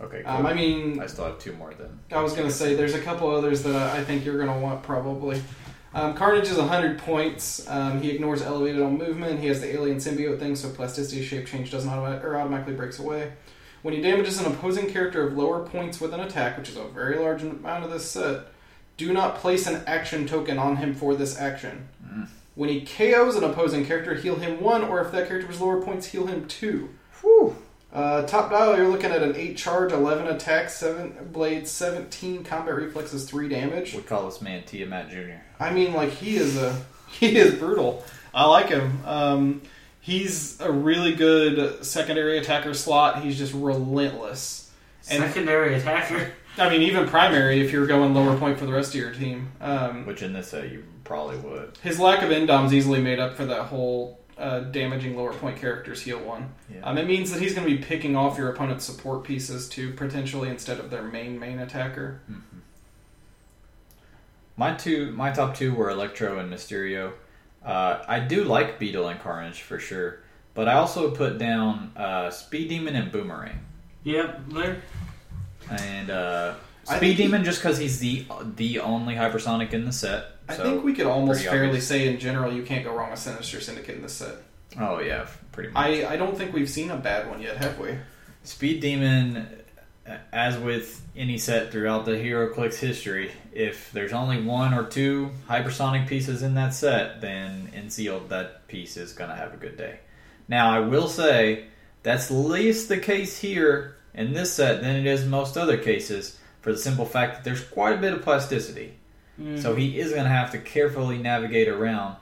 D: okay, cool.
E: Um, I mean,
D: I still have two more then.
E: I was gonna say there's a couple others that I I think you're gonna want probably. Um, Carnage is 100 points. Um, he ignores elevated on movement. He has the alien symbiote thing, so plasticity shape change doesn't automa- or automatically breaks away. When he damages an opposing character of lower points with an attack, which is a very large amount of this set, do not place an action token on him for this action. When he KOs an opposing character, heal him one, or if that character was lower points, heal him two. Uh, top dial, you're looking at an 8 charge, 11 attack, 7 blade, 17 combat reflexes, 3 damage.
D: We call this man Tiamat Jr.
E: I mean, like, he is a. He is brutal. I like him. Um, he's a really good secondary attacker slot. He's just relentless. And-
F: Secondary attacker.
E: I mean, even primary if you're going lower point for the rest of your team. Um,
D: Which in this set you probably would.
E: His lack of endoms easily made up for that whole uh, damaging lower point characters heal one.
D: Yeah.
E: Um, it means that he's going to be picking off your opponent's support pieces too, potentially instead of their main main attacker.
D: My two, my top two were Electro and Mysterio. Uh, I do like Beetle and Carnage for sure, but I also put down uh, Speed Demon and Boomerang.
F: Yep, there.
D: And uh,
E: I
D: Speed
E: think he-
D: Demon, just because he's the the only hypersonic in the set.
E: I
D: so-
E: think we could almost
D: pretty
E: fairly
D: obvious.
E: say in general you can't go wrong with Sinister Syndicate in this set.
D: Oh yeah, pretty much.
E: I, I don't think we've seen a bad one yet, have we?
D: Speed Demon, uh, as with any set throughout the HeroClix history, if there's only one or two hypersonic pieces in that set, then Ensealed, that piece is going to have a good day. Now, I will say that's least the case here in this set than it is in most other cases for the simple fact that there's quite a bit of plasticity.
E: Mm.
D: So he is going to have to carefully navigate around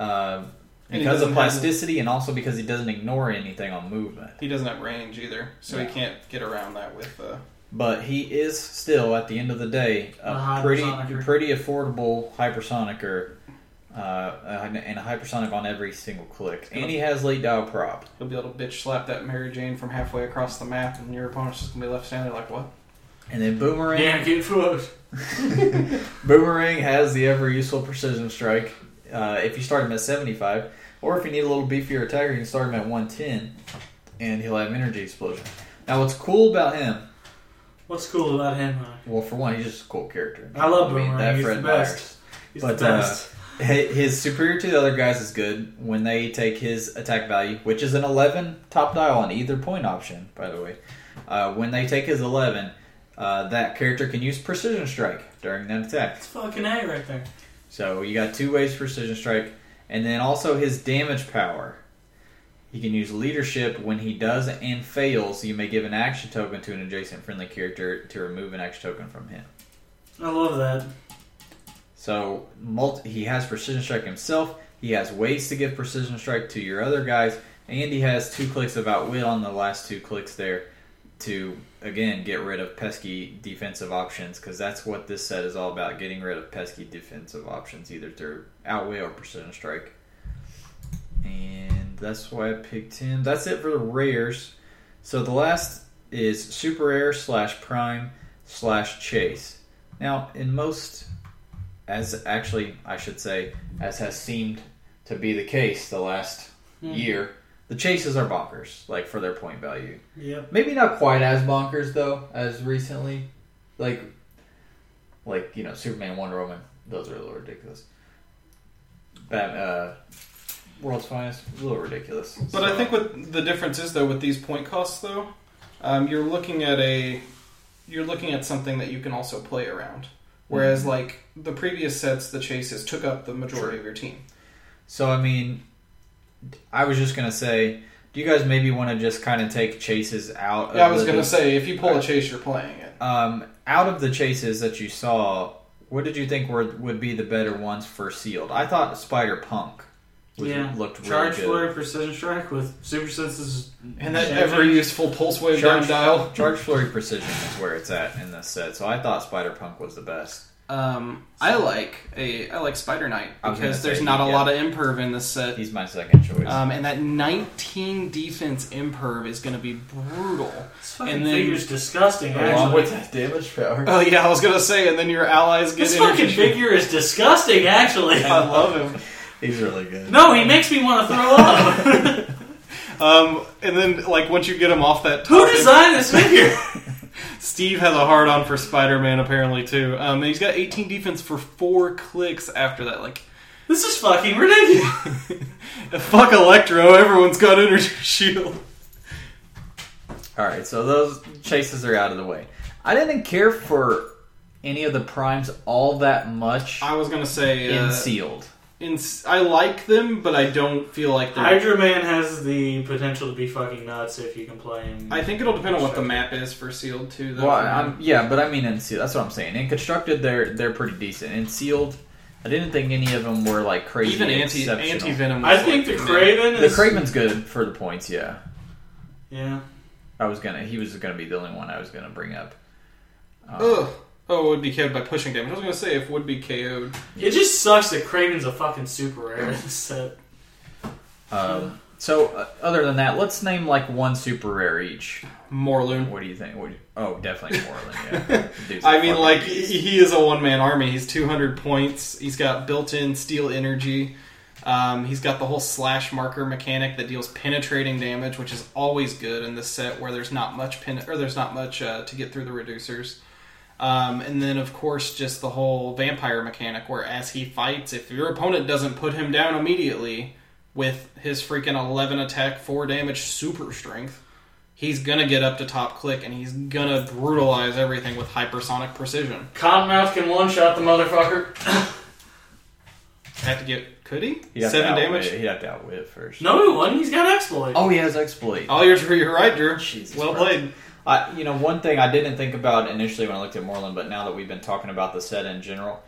D: uh,
E: And he
D: because of
E: doesn't have-
D: plasticity and also because he doesn't ignore anything on movement.
E: He doesn't have range either, so
D: No.
E: he can't get around that with. Uh,
D: But he is still, at the end of the day,
F: A
D: a pretty
F: hypersonicer.
D: pretty affordable hypersonicer, uh, and and a hypersonic on every single click. And he has late dial prop.
E: he'll be able to bitch slap that Mary Jane from halfway across the map, and your opponent's just gonna be left standing like, "What?"
D: And then Boomerang.
F: Yeah, get flushed.
D: Boomerang has the ever useful precision strike. Uh, if you start him at 75, or if you need a little beefier attacker, you can start him at 110, and he'll have energy explosion. Now, what's cool about him?
F: What's cool about him? huh?
D: Well, for one, he's just a cool character.
F: I love Boomerang.
D: that
F: He's
D: Fred
F: the best.
D: Myers.
F: He's
D: But, uh,
F: the best.
D: Hi- His superior to the other guys is good when they take his attack value, which is an 11 top dial on either point option, by the way. Uh, when they take his 11, uh, that character can use precision strike during that attack.
F: It's fucking A right there.
D: So you got two ways precision strike, and then also his damage power. He can use leadership when he does and fails. You may give an action token to an adjacent friendly character to remove an action token from him.
F: I love that.
D: So multi- he has precision strike himself. He has ways to give precision strike to your other guys, and he has two clicks of outwit on the last two clicks there to again get rid of pesky defensive options because that's what this set is all about: getting rid of pesky defensive options either through outwit or precision strike. And that's why I picked him. That's it for the rares. So the last is super rare slash prime slash chase. Now in most as actually I should say, as has seemed to be the case the last
E: Hmm.
D: year, the chases are bonkers, like for their point value.
F: Yep.
D: Maybe not quite as bonkers though as recently, like, like you know Superman, Wonder Woman. Those are a little ridiculous. Bat, uh, World's Finest, a little ridiculous.
E: But I think what the difference is though with these point costs though, um, you're looking at a you're looking at something that you can also play around. Whereas
D: Mm-hmm.
E: like the previous sets, the chases took up the majority of your team.
D: So I mean, I was just gonna say, do you guys maybe want to just kind of take chases out?
E: Yeah, I
D: of
E: was
D: the-
E: gonna say if you pull a chase, you're playing it.
D: Um, out of the chases that you saw, what did you think were would be the better ones for sealed? I thought Spider Punk was,
F: yeah.
D: looked
F: Charge
D: really
F: flurry,
D: good.
F: precision strike with super senses.
E: And that
F: Shake
E: ever
F: it.
E: useful pulse wave
D: Charge-
E: down dial.
D: Charge flurry precision is where it's at in this set, so I thought Spider Punk was the best.
E: Um, I like a I like Spider Knight
D: I was
E: because
D: gonna
E: there's
D: say,
E: not a
D: yeah.
E: lot of imperv in this set.
D: He's my second choice.
E: Um, and that 19 defense imperv is going to be brutal.
F: This fucking
E: And then-
F: figure's disgusting.
D: Along
F: Actually,
D: with that damage power.
E: Oh yeah, I was going to say, and then your allies get
F: this
E: energy
F: fucking figure is disgusting. Actually,
E: I love him.
D: He's really good.
F: no, he makes me want to throw up.
E: Um, and then like once you get him off that,
F: Who
E: topic-
F: designed this figure?
E: Steve has a hard on for Spider Man apparently too. Um, and he's got 18 defense for four clicks after that. Like,
F: This is fucking ridiculous.
E: fuck Electro, everyone's got energy shield.
D: All right, so those chases are out of the way. I didn't care for any of the primes all that much
E: I was gonna say,
D: in
E: uh,
D: sealed.
E: in, I like them, but I don't feel like they're.
F: Hydra Man has the potential to be fucking nuts if you can play him.
E: I think it'll depend on what the map is for sealed E too. Though.
D: Well, I- I'm, yeah, but I mean, in sealed, that's what I'm saying. In constructed, they're they're pretty decent. In sealed, I didn't think any of them were like crazy.
E: even anti
D: exceptional.
E: anti venom.
F: I think the Craven
D: The
F: is
D: Craven's good for the points. Yeah,
F: Yeah.
D: I was gonna. He was gonna be the only one I was gonna bring up.
E: Ugh. Oh, would be KO'd by pushing damage. I was gonna say if would be KO'd.
F: It just sucks that Craven's a fucking super rare in this set.
E: Hmm.
D: Um, so, uh, other than that, let's name like one super rare each.
E: Morloon.
D: What do you think? What do you- oh, definitely Moreland. Yeah, Dude's a
E: I mean,
D: fucking
E: like
D: beast.
E: he he is a one man army. He's 200 points. He's got built-in steel energy. Um, he's got the whole slash marker mechanic that deals penetrating damage, which is always good in this set where there's not much pen or there's not much uh, to get through the reducers. Um, and then, of course, just the whole vampire mechanic where as he fights, if your opponent doesn't put him down immediately with his freaking 11 attack, 4 damage, super strength, he's gonna get up to top click and he's gonna brutalize everything with hypersonic precision.
F: Cottonmouth can one shot the motherfucker.
E: Have to get. Could he?
D: He'd have to
E: Seven
D: outwit-
E: damage?
D: He'd have to outwit it first.
F: no, he wouldn't. He's got exploit.
D: Oh, he has exploit.
E: All yours for your right, Drew.
D: Jesus
E: well
D: Christ.
E: played.
D: I, you know, one thing I didn't think about initially when I looked at Moreland, but now that we've been talking about the set in general,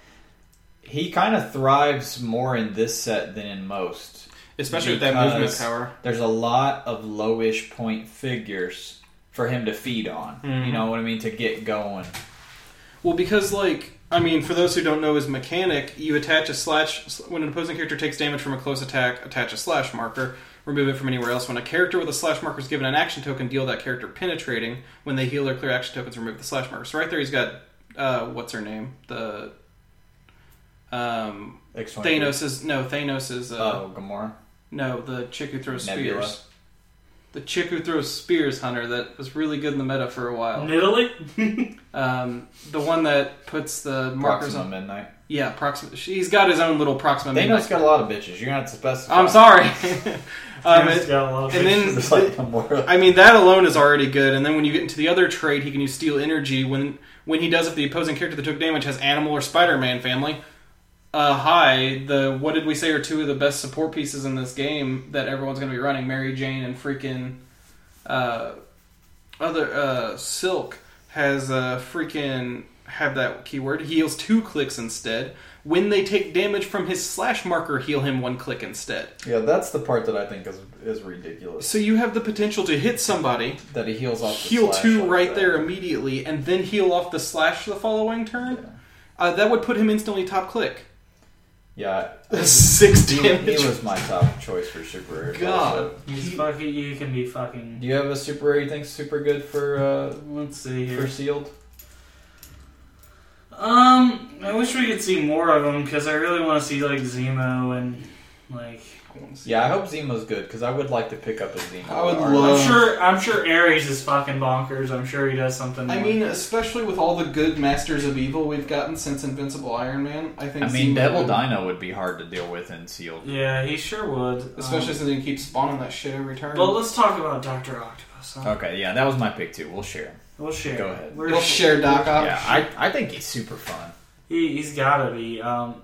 D: he kind of thrives more in this set than in most.
E: Especially with that movement
D: because
E: power.
D: There's a lot of lowish point figures for him to feed on.
E: Mm-hmm.
D: You know what I mean? To get going.
E: Well, because like I mean, for those who don't know his mechanic, you attach a slash when an opposing character takes damage from a close attack. Attach a slash marker. Remove it from anywhere else. When a character with a slash marker is given an action token, deal that character penetrating. When they heal or clear action tokens, remove the slash marker. So right there, he's got uh, what's her name? The um,
D: Explain
E: Thanos is no Thanos is uh,
D: Oh, Gamora.
E: no the chick who throws
D: Nebula.
E: spears. The chick who throws spears, Hunter, that was really good in the meta for a while.
F: Nidalee?
E: Um, the one that puts the markers
D: Proxima
E: on.
D: Midnight.
E: Yeah, Proxima. He's got his own little Proxima.
D: Thanos
E: Midnight.
D: got a lot of bitches. You're gonna have to specify.
E: I'm sorry. um,
F: He's
E: it-
F: got a lot of
E: and then,
D: It's like Gamora.
E: I mean, that alone is already good. And then when you get into the other trait, he can use Steel Energy. When when he does, if the opposing character that took damage has Animal or Spider-Man family. Uh, hi, the what did we say are two of the best support pieces in this game that everyone's going to be running? Mary Jane and freaking uh, other uh, Silk has uh, freaking have that keyword. He heals two clicks instead. When they take damage from his slash marker, heal him one click instead.
D: Yeah, that's the part that I think is is ridiculous.
E: So you have the potential to hit somebody
D: That he heals off. the
E: heal
D: slash
E: two
D: like
E: right
D: that.
E: there immediately, and then heal off the slash the following turn. Uh, that would put him instantly top click.
D: Yeah,
E: Six
D: he, he
E: damage.
D: was my top choice for super rare.
E: God.
F: He's fucking. You can be fucking.
D: do you have a super rare you think's super good for uh,
F: Let's see
D: for
F: here.
D: sealed?
F: Um, I wish we could see more of them because I really want to see like Zemo and like.
D: Yeah, I hope Zemo's good because I would like to pick up a Zemo.
E: I would
D: Or-
E: love- Um,
F: I'm sure. I'm sure Ares is fucking bonkers. I'm sure he does something.
E: I
F: more.
E: mean, especially with all the good Masters of Evil we've gotten since Invincible Iron Man, I think.
D: I mean,
E: Zemo
D: Devil
E: would-
D: Dino would be hard to deal with in sealed.
F: yeah, he sure would. um,
E: Especially since he keeps spawning that shit every turn.
F: but let's talk about Doctor Octopus. Huh?
D: Okay, yeah, that was my pick too. We'll share. him.
F: We'll share.
D: Go ahead.
F: We're-
E: We'll share Doc Ock.
D: Yeah, I, I think he's super fun.
F: He, he's gotta be. Um,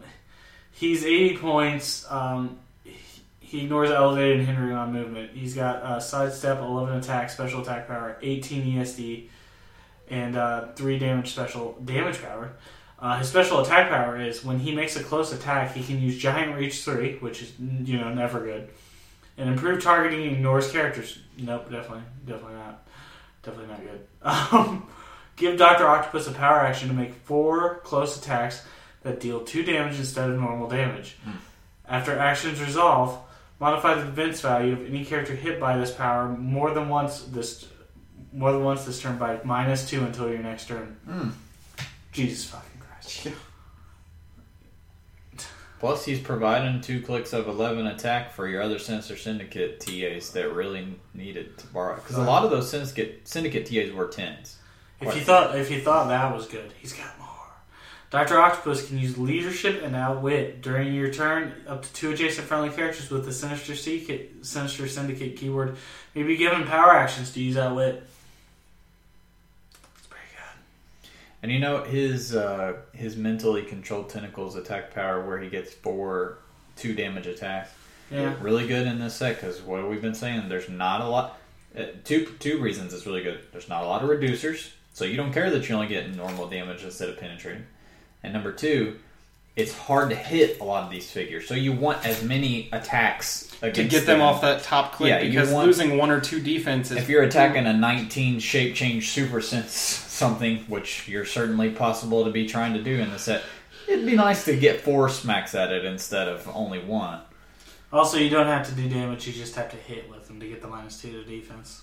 F: he's 80 points. Um, he, he ignores elevated and hindering on movement. He's got uh, sidestep, 11 attack, special attack power, 18 ESD, and uh, 3 damage special damage power. Uh, his special attack power is when he makes a close attack, he can use Giant Reach 3, which is, you know, never good. And improved targeting ignores characters. Nope, definitely, definitely not. Definitely not good. Um, Give Dr. Octopus a power action to make four close attacks that deal two damage instead of normal damage. After actions resolve, modify the defense value of any character hit by this power more than once this more than once this turn by minus two until your next turn. Jesus fucking Christ.
D: Plus, he's providing two clicks of 11 attack for your other Sinister Syndicate TAs that really needed to borrow. Because a lot of those Syndicate, Syndicate TAs were 10s.
F: If you thought if you thought that was good, he's got more. Doctor Octopus can use leadership and outwit during your turn. Up to two adjacent friendly characters with the sinister syndicate, sinister syndicate keyword may be given power actions to use outwit. It's pretty good.
D: And you know his uh, his mentally controlled tentacles attack power, where he gets four two damage attacks.
F: Yeah.
D: really good in this set because what we've been saying, there's not a lot. Uh, two two reasons it's really good. There's not a lot of reducers, so you don't care that you only get normal damage instead of penetrating. And number two, it's hard to hit a lot of these figures, so you want as many attacks against
E: to get them off that top click
D: Yeah, you
E: because
D: want-
E: losing one or two defenses.
D: If you're attacking a 19 shape change super sense something, which you're certainly possible to be trying to do in the set, it'd be nice to get four smacks at it instead of only one.
F: Also, you don't have to do damage; you just have to hit with them to get the minus two to defense.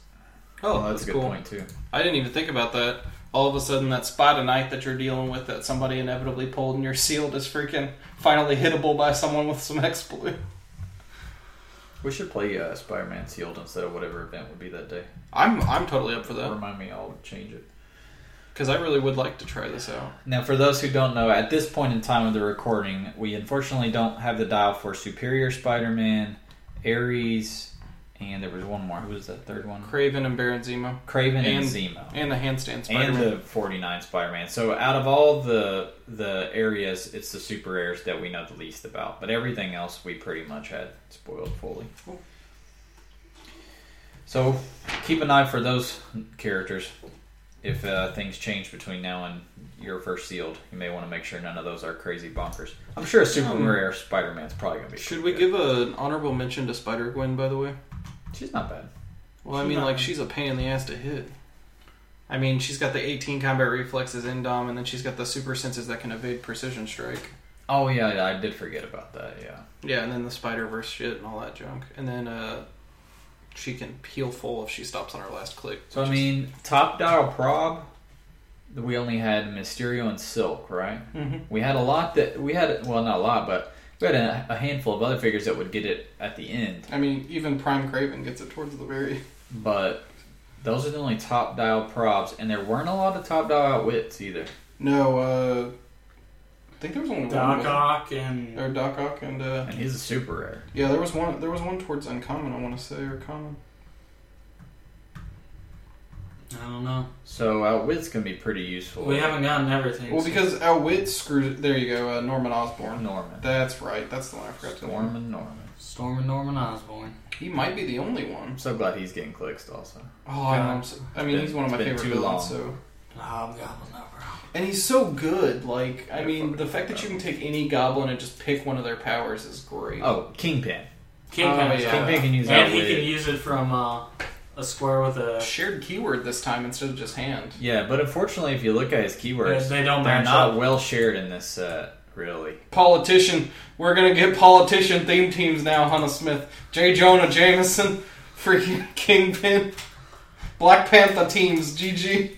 E: oh,
D: that's, a good
E: cool.
D: point too.
E: I didn't even think about that. All of a sudden, that spot of night that you're dealing with that somebody inevitably pulled and you're sealed is freaking finally hittable by someone with some exploit.
D: We should play uh, Spider-Man Sealed instead of whatever event would be that day.
E: I'm I'm totally up for that.
D: Remind me, I'll change it.
E: because I really would like to try this out.
D: Now, for those who don't know, at this point in time of the recording, we unfortunately don't have the dial for Superior Spider-Man, Ares, and there was one more. Who was that third one?
E: Craven and Baron Zemo
D: Craven and,
E: And-
D: Zemo.
E: and the handstand
D: and
E: Spider-Man.
D: the 49 Spider-Man. So out of all the the areas, it's the super rares that we know the least about. But everything else we pretty much had spoiled fully.
E: Cool.
D: So keep an eye for those characters. If uh, things change between now and your first sealed, you may want to make sure none of those are crazy bonkers. I'm sure a super
E: Um,
D: rare Spider-Man's probably gonna be.
E: Should we
D: pretty
E: give an honorable mention to Spider Gwen, by the way?
D: good. She's not bad.
E: Well, I
F: She's
E: mean,
F: not-
E: like she's a pain in the ass to hit. I mean, she's got the 18 combat reflexes in Dom, and then she's got the super senses that can evade precision strike.
D: Oh yeah, yeah, I did forget about that. Yeah.
E: Yeah, and then the Spider Verse shit and all that junk, and then uh, she can peel full if she stops on her last click.
D: So I
E: which is-
D: mean, top dial prob. We only had Mysterio and Silk, right? Mm-hmm. We had a lot that we had. Well, not a lot, but we had a, a handful of other figures that would get it at the end.
E: I mean, even Prime Craven gets it towards the very.
D: But those are the only top dial probs, and there weren't a lot of top dial outwits either.
E: No, uh, I think there was only one.
F: Doc
E: with-
F: Ock and
E: Or Doc Ock and uh,
D: And he's a super rare.
E: yeah, there was one. There was one towards uncommon. I want to say or common.
F: I don't know.
D: So outwits can be pretty useful.
F: We haven't gotten everything.
E: Well,
F: so-
E: because Outwit screwed. There you go, uh, Norman Osborn.
D: Norman,
E: That's right. That's the one I forgot to name.
D: Storm, and Norman.
F: Storm and Norman Osborn.
E: He might be the only one.
D: I'm so glad he's getting clicked also.
E: Oh, I, know, I'm so- I mean,
D: It's
E: he's one of my
D: been
E: favorite
D: too long.
E: villains. So,
F: Hobgoblin number.
E: and he's so good. Like, I
D: Yeah,
E: mean,
D: fucking
E: the fact that you can take any goblin and just pick one of their powers is great.
D: Oh, Kingpin.
F: Kingpin.
E: Oh,
F: is
E: yeah.
F: good.
D: Kingpin can use
F: and
D: outwit.
F: he can use it from uh, a square with a.
E: Shared keyword this time instead of just hand.
D: Yeah, but unfortunately, if you look at his keywords,
F: They- they don't
D: They're
F: match
D: not
F: up.
D: well shared in this set, really.
E: Politician. We're gonna get politician theme teams now. Hannah Smith, J. Jonah Jameson, freaking Kingpin, Black Panther teams. GG.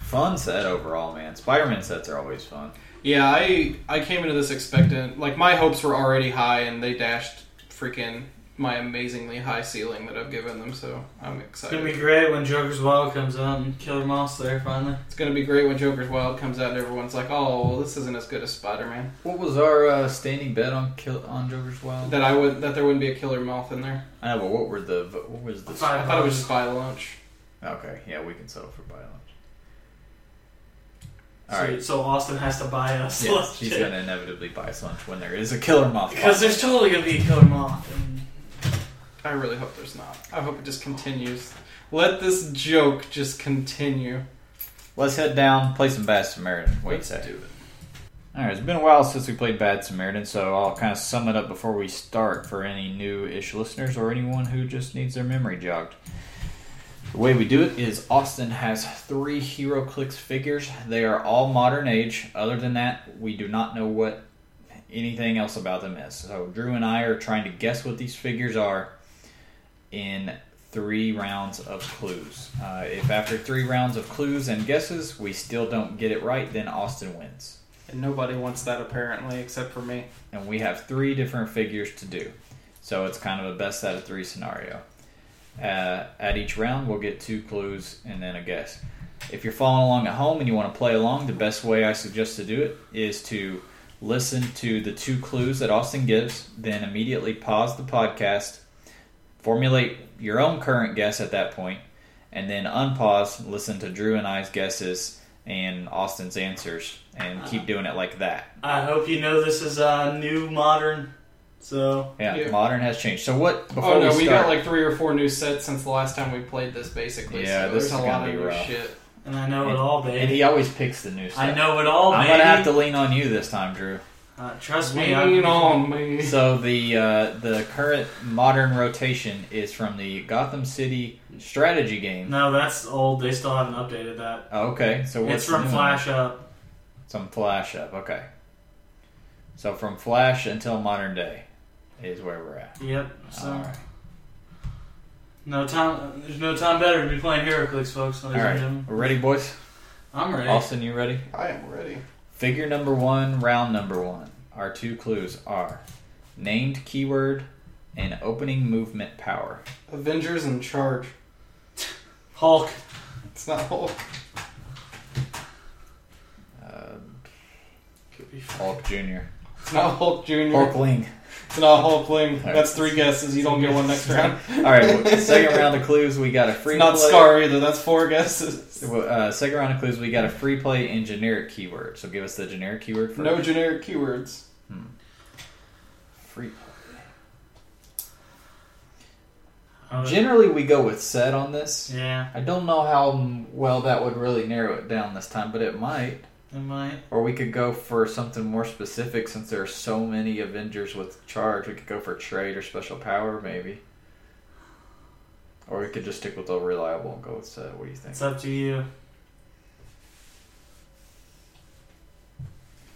D: Fun set overall, man. Spider-Man sets are always fun.
E: Yeah, I I came into this expectant like my hopes were already high and they dashed freaking my amazingly high ceiling that I've given them, so I'm
F: It's gonna be
E: excited.
F: great when Joker's Wild comes out and Killer Moss there finally.
E: It's gonna be great when Joker's Wild comes out and everyone's like, "Oh, well, this isn't as good as Spider-Man."
D: What was our uh, standing bet on kill on Joker's Wild?
E: That I would that there wouldn't be a killer mouth in there.
D: I know, but what were the what was the?
F: Five.
E: I thought it was just by lunch.
D: Okay, yeah, we can settle for violence.
F: so,
D: All right,
F: so Austin has to buy us.
D: yeah, she's gonna inevitably buy us lunch when there is a killer moth.
F: Because there's totally gonna be a Killer Moth. And
E: I really hope there's not. I hope it just continues. Let this joke just continue.
D: Let's head down, play some Bad Samaritan. Wait a
E: Let's
D: second.
E: do it.
D: All right, it's been a while since we played Bad Samaritan, so I'll kind of sum it up before we start for any new-ish listeners or anyone who just needs their memory jogged. The way we do it is Austin has three Hero Clicks figures. They are all modern age. Other than that, we do not know what anything else about them is. So Drew and I are trying to guess what these figures are in three rounds of clues. Uh, if after three rounds of clues and guesses we still don't get it right, then Austin wins
E: And nobody wants that apparently except for me.
D: and we have three different figures to do. So it's kind of a best out of three scenario. Uh, at each round, we'll get two clues and then a guess. If you're following along at home and you want to play along, the best way I suggest to do it is to listen to the two clues that Austin gives, then immediately pause the podcast, formulate your own current guess at that point, and then unpause, listen to Drew and I's guesses and Austin's answers, and keep doing it like that.
F: I hope you know this is uh, new modern. So
D: Yeah,
E: Yeah.
D: modern has changed. So what? Before
E: oh no, we,
D: we, start,
E: got like three or four new sets since the last time we played this. Basically,
D: Yeah,
E: so
D: this
E: there's
D: is
E: a
D: gonna
E: lot
D: be
E: of new
D: rough.
E: shit.
F: and I know it all,
D: and
F: baby.
D: he always picks the new stuff.
F: I know it all,
D: I'm
F: baby.
D: gonna have to lean on you this time, Drew.
F: Uh, trust me. I'm,
E: Lean on me.
D: So the uh, the current modern rotation is from the Gotham City strategy game.
F: No, that's old. They still haven't updated that.
D: Oh, okay, so what's
F: it's from
D: new?
F: Flash Up.
D: Some Flash up. Okay, so from Flash until modern day is where we're at.
F: Yep. So
D: All right,
F: no time. There's no time better to be playing HeroClix, folks.
D: all
F: Ladies and
D: right,
F: gentlemen.
D: we're ready, boys.
F: I'm ready.
D: Austin, you ready?
E: I am ready.
D: Figure number one, round number one. Our two clues are named keyword and opening movement power.
E: Avengers in charge.
F: Hulk.
E: It's not Hulk.
F: be fine.
D: Hulk Uh, Junior.
E: It's not Hulk Jr.
D: Hulkling.
E: It's not Hulk Ling.
D: right.
E: That's three guesses. You don't get one next round.
D: All right, well, second round of clues. We got a free.
E: It's not
D: play.
E: Scar either. That's four guesses.
D: Uh, second round of clues. We got a free play and generic keyword. So give us the generic keyword first.
E: No generic keywords.
D: free. play.
F: Uh,
D: Generally, we go with set on this.
F: yeah,
D: I don't know how mm, well that would really narrow it down this time, but it might.
F: it might.
D: Or we could go for something more specific since there are so many Avengers with charge. We could go for trade or special power, maybe. Or we could just stick with the reliable and go with set. What do you think?
F: It's up to you.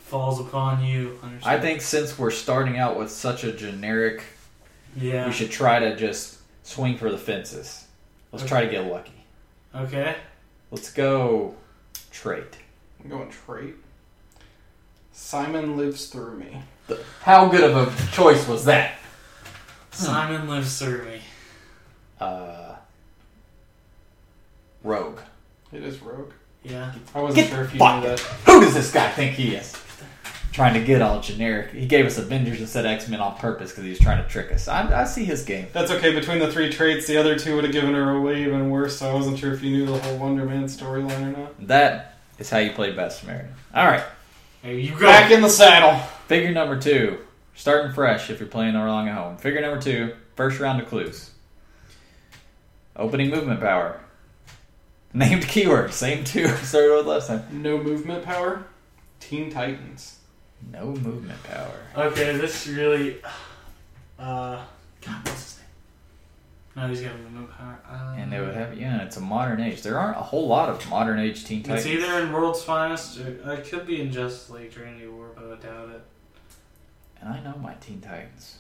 F: Falls upon you.
D: I
F: Understand?
D: think since we're starting out with such a generic,
F: Yeah.
D: we should try to just swing for the fences. Let's try to get lucky.
F: Okay.
D: Let's go trade.
E: I'm going trait. Simon lives through me.
D: How good of a choice was that? Hmm.
F: Simon lives through me.
D: Uh, rogue.
E: It is rogue.
F: Yeah.
E: I wasn't
D: Get
E: sure if you
D: fucked.
E: knew that.
D: Who does this guy think he is? Trying to get all generic. He gave us Avengers instead of X Men on purpose because he was trying to trick us. I, I see his game.
E: That's okay. Between the three traits, the other two would have given her away even worse. So I wasn't sure if you knew the whole Wonder Man storyline or not.
D: That is how you play Bad Samaritan. All right.
F: Hey, you
E: Back
F: got
E: in the saddle.
D: Figure number two. Starting fresh if you're playing along at home. Figure number two. First round of clues. Opening movement power. Named keyword. Same two. Started with last time.
E: No movement power. Teen Titans.
D: No movement power.
F: Okay, this really. Uh, God, what's his name? No, he's got the move power. Uh,
D: And they would have yeah. It's a modern age. There aren't a whole lot of modern age Teen
F: It's
D: Titans.
F: either in World's Finest or uh, it could be in Justice League Trinity War, but I doubt it.
D: And I know my Teen Titans.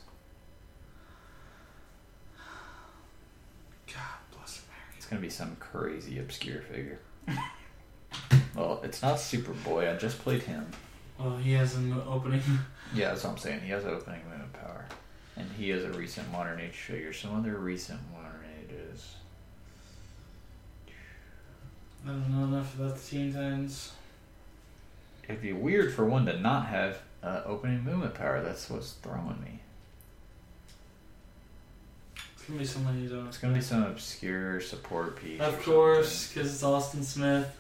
F: God bless America.
D: It's gonna be some crazy obscure figure. well, it's not Superboy. I just played him.
F: Well, he has an opening.
D: Yeah, that's what I'm saying. He has opening movement power, and he is a recent modern age figure. Some other recent modern ages.
F: I don't know enough about the Teen Titans.
D: It'd be weird for one to not have uh, opening movement power. That's what's throwing me.
F: It's gonna be somebody you don't.
D: It's gonna be some obscure support piece. or
F: Of course, because it's Austin Smith.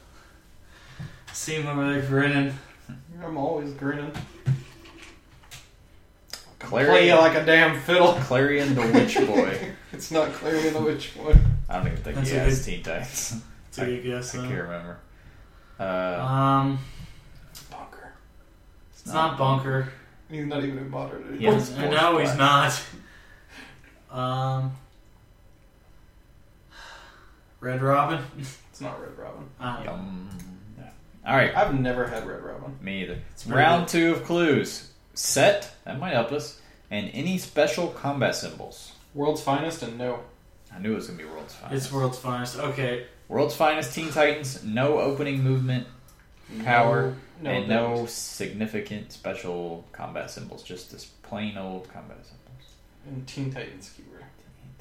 F: See him over there grinning.
E: I'm always grinning.
D: something.
E: Play you
D: Clarion,
E: like a damn fiddle.
D: Clarion the Witch Boy.
E: It's not Clarion the Witch Boy.
D: I don't even think
F: That's
D: he
F: a
D: has Teen Titans.
F: It's a good guess.
D: I
F: though.
D: can't remember. Uh,
F: Um,
E: Bunker.
F: it's not Bunker.
E: He's not even in modern
D: Yeah.
E: anymore.
D: Yes,
F: I
D: of
F: know
D: course,
F: he's not. Um, Red Robin.
E: It's not Red Robin.
F: I don't know.
D: Yum. All right.
E: I've never had Red Robin.
D: Me either.
F: pretty
D: Round two of clues. Set, that might help us, and any special combat symbols.
E: World's Finest and no.
D: I knew it was going to be World's Finest.
F: It's World's Finest. Okay,
D: World's Finest Teen Titans, no opening movement power,
E: No.
D: and
E: there
D: no
E: was-
D: significant special combat symbols. Just this plain old combat symbols.
E: And Teen Titans keyword.
D: Teen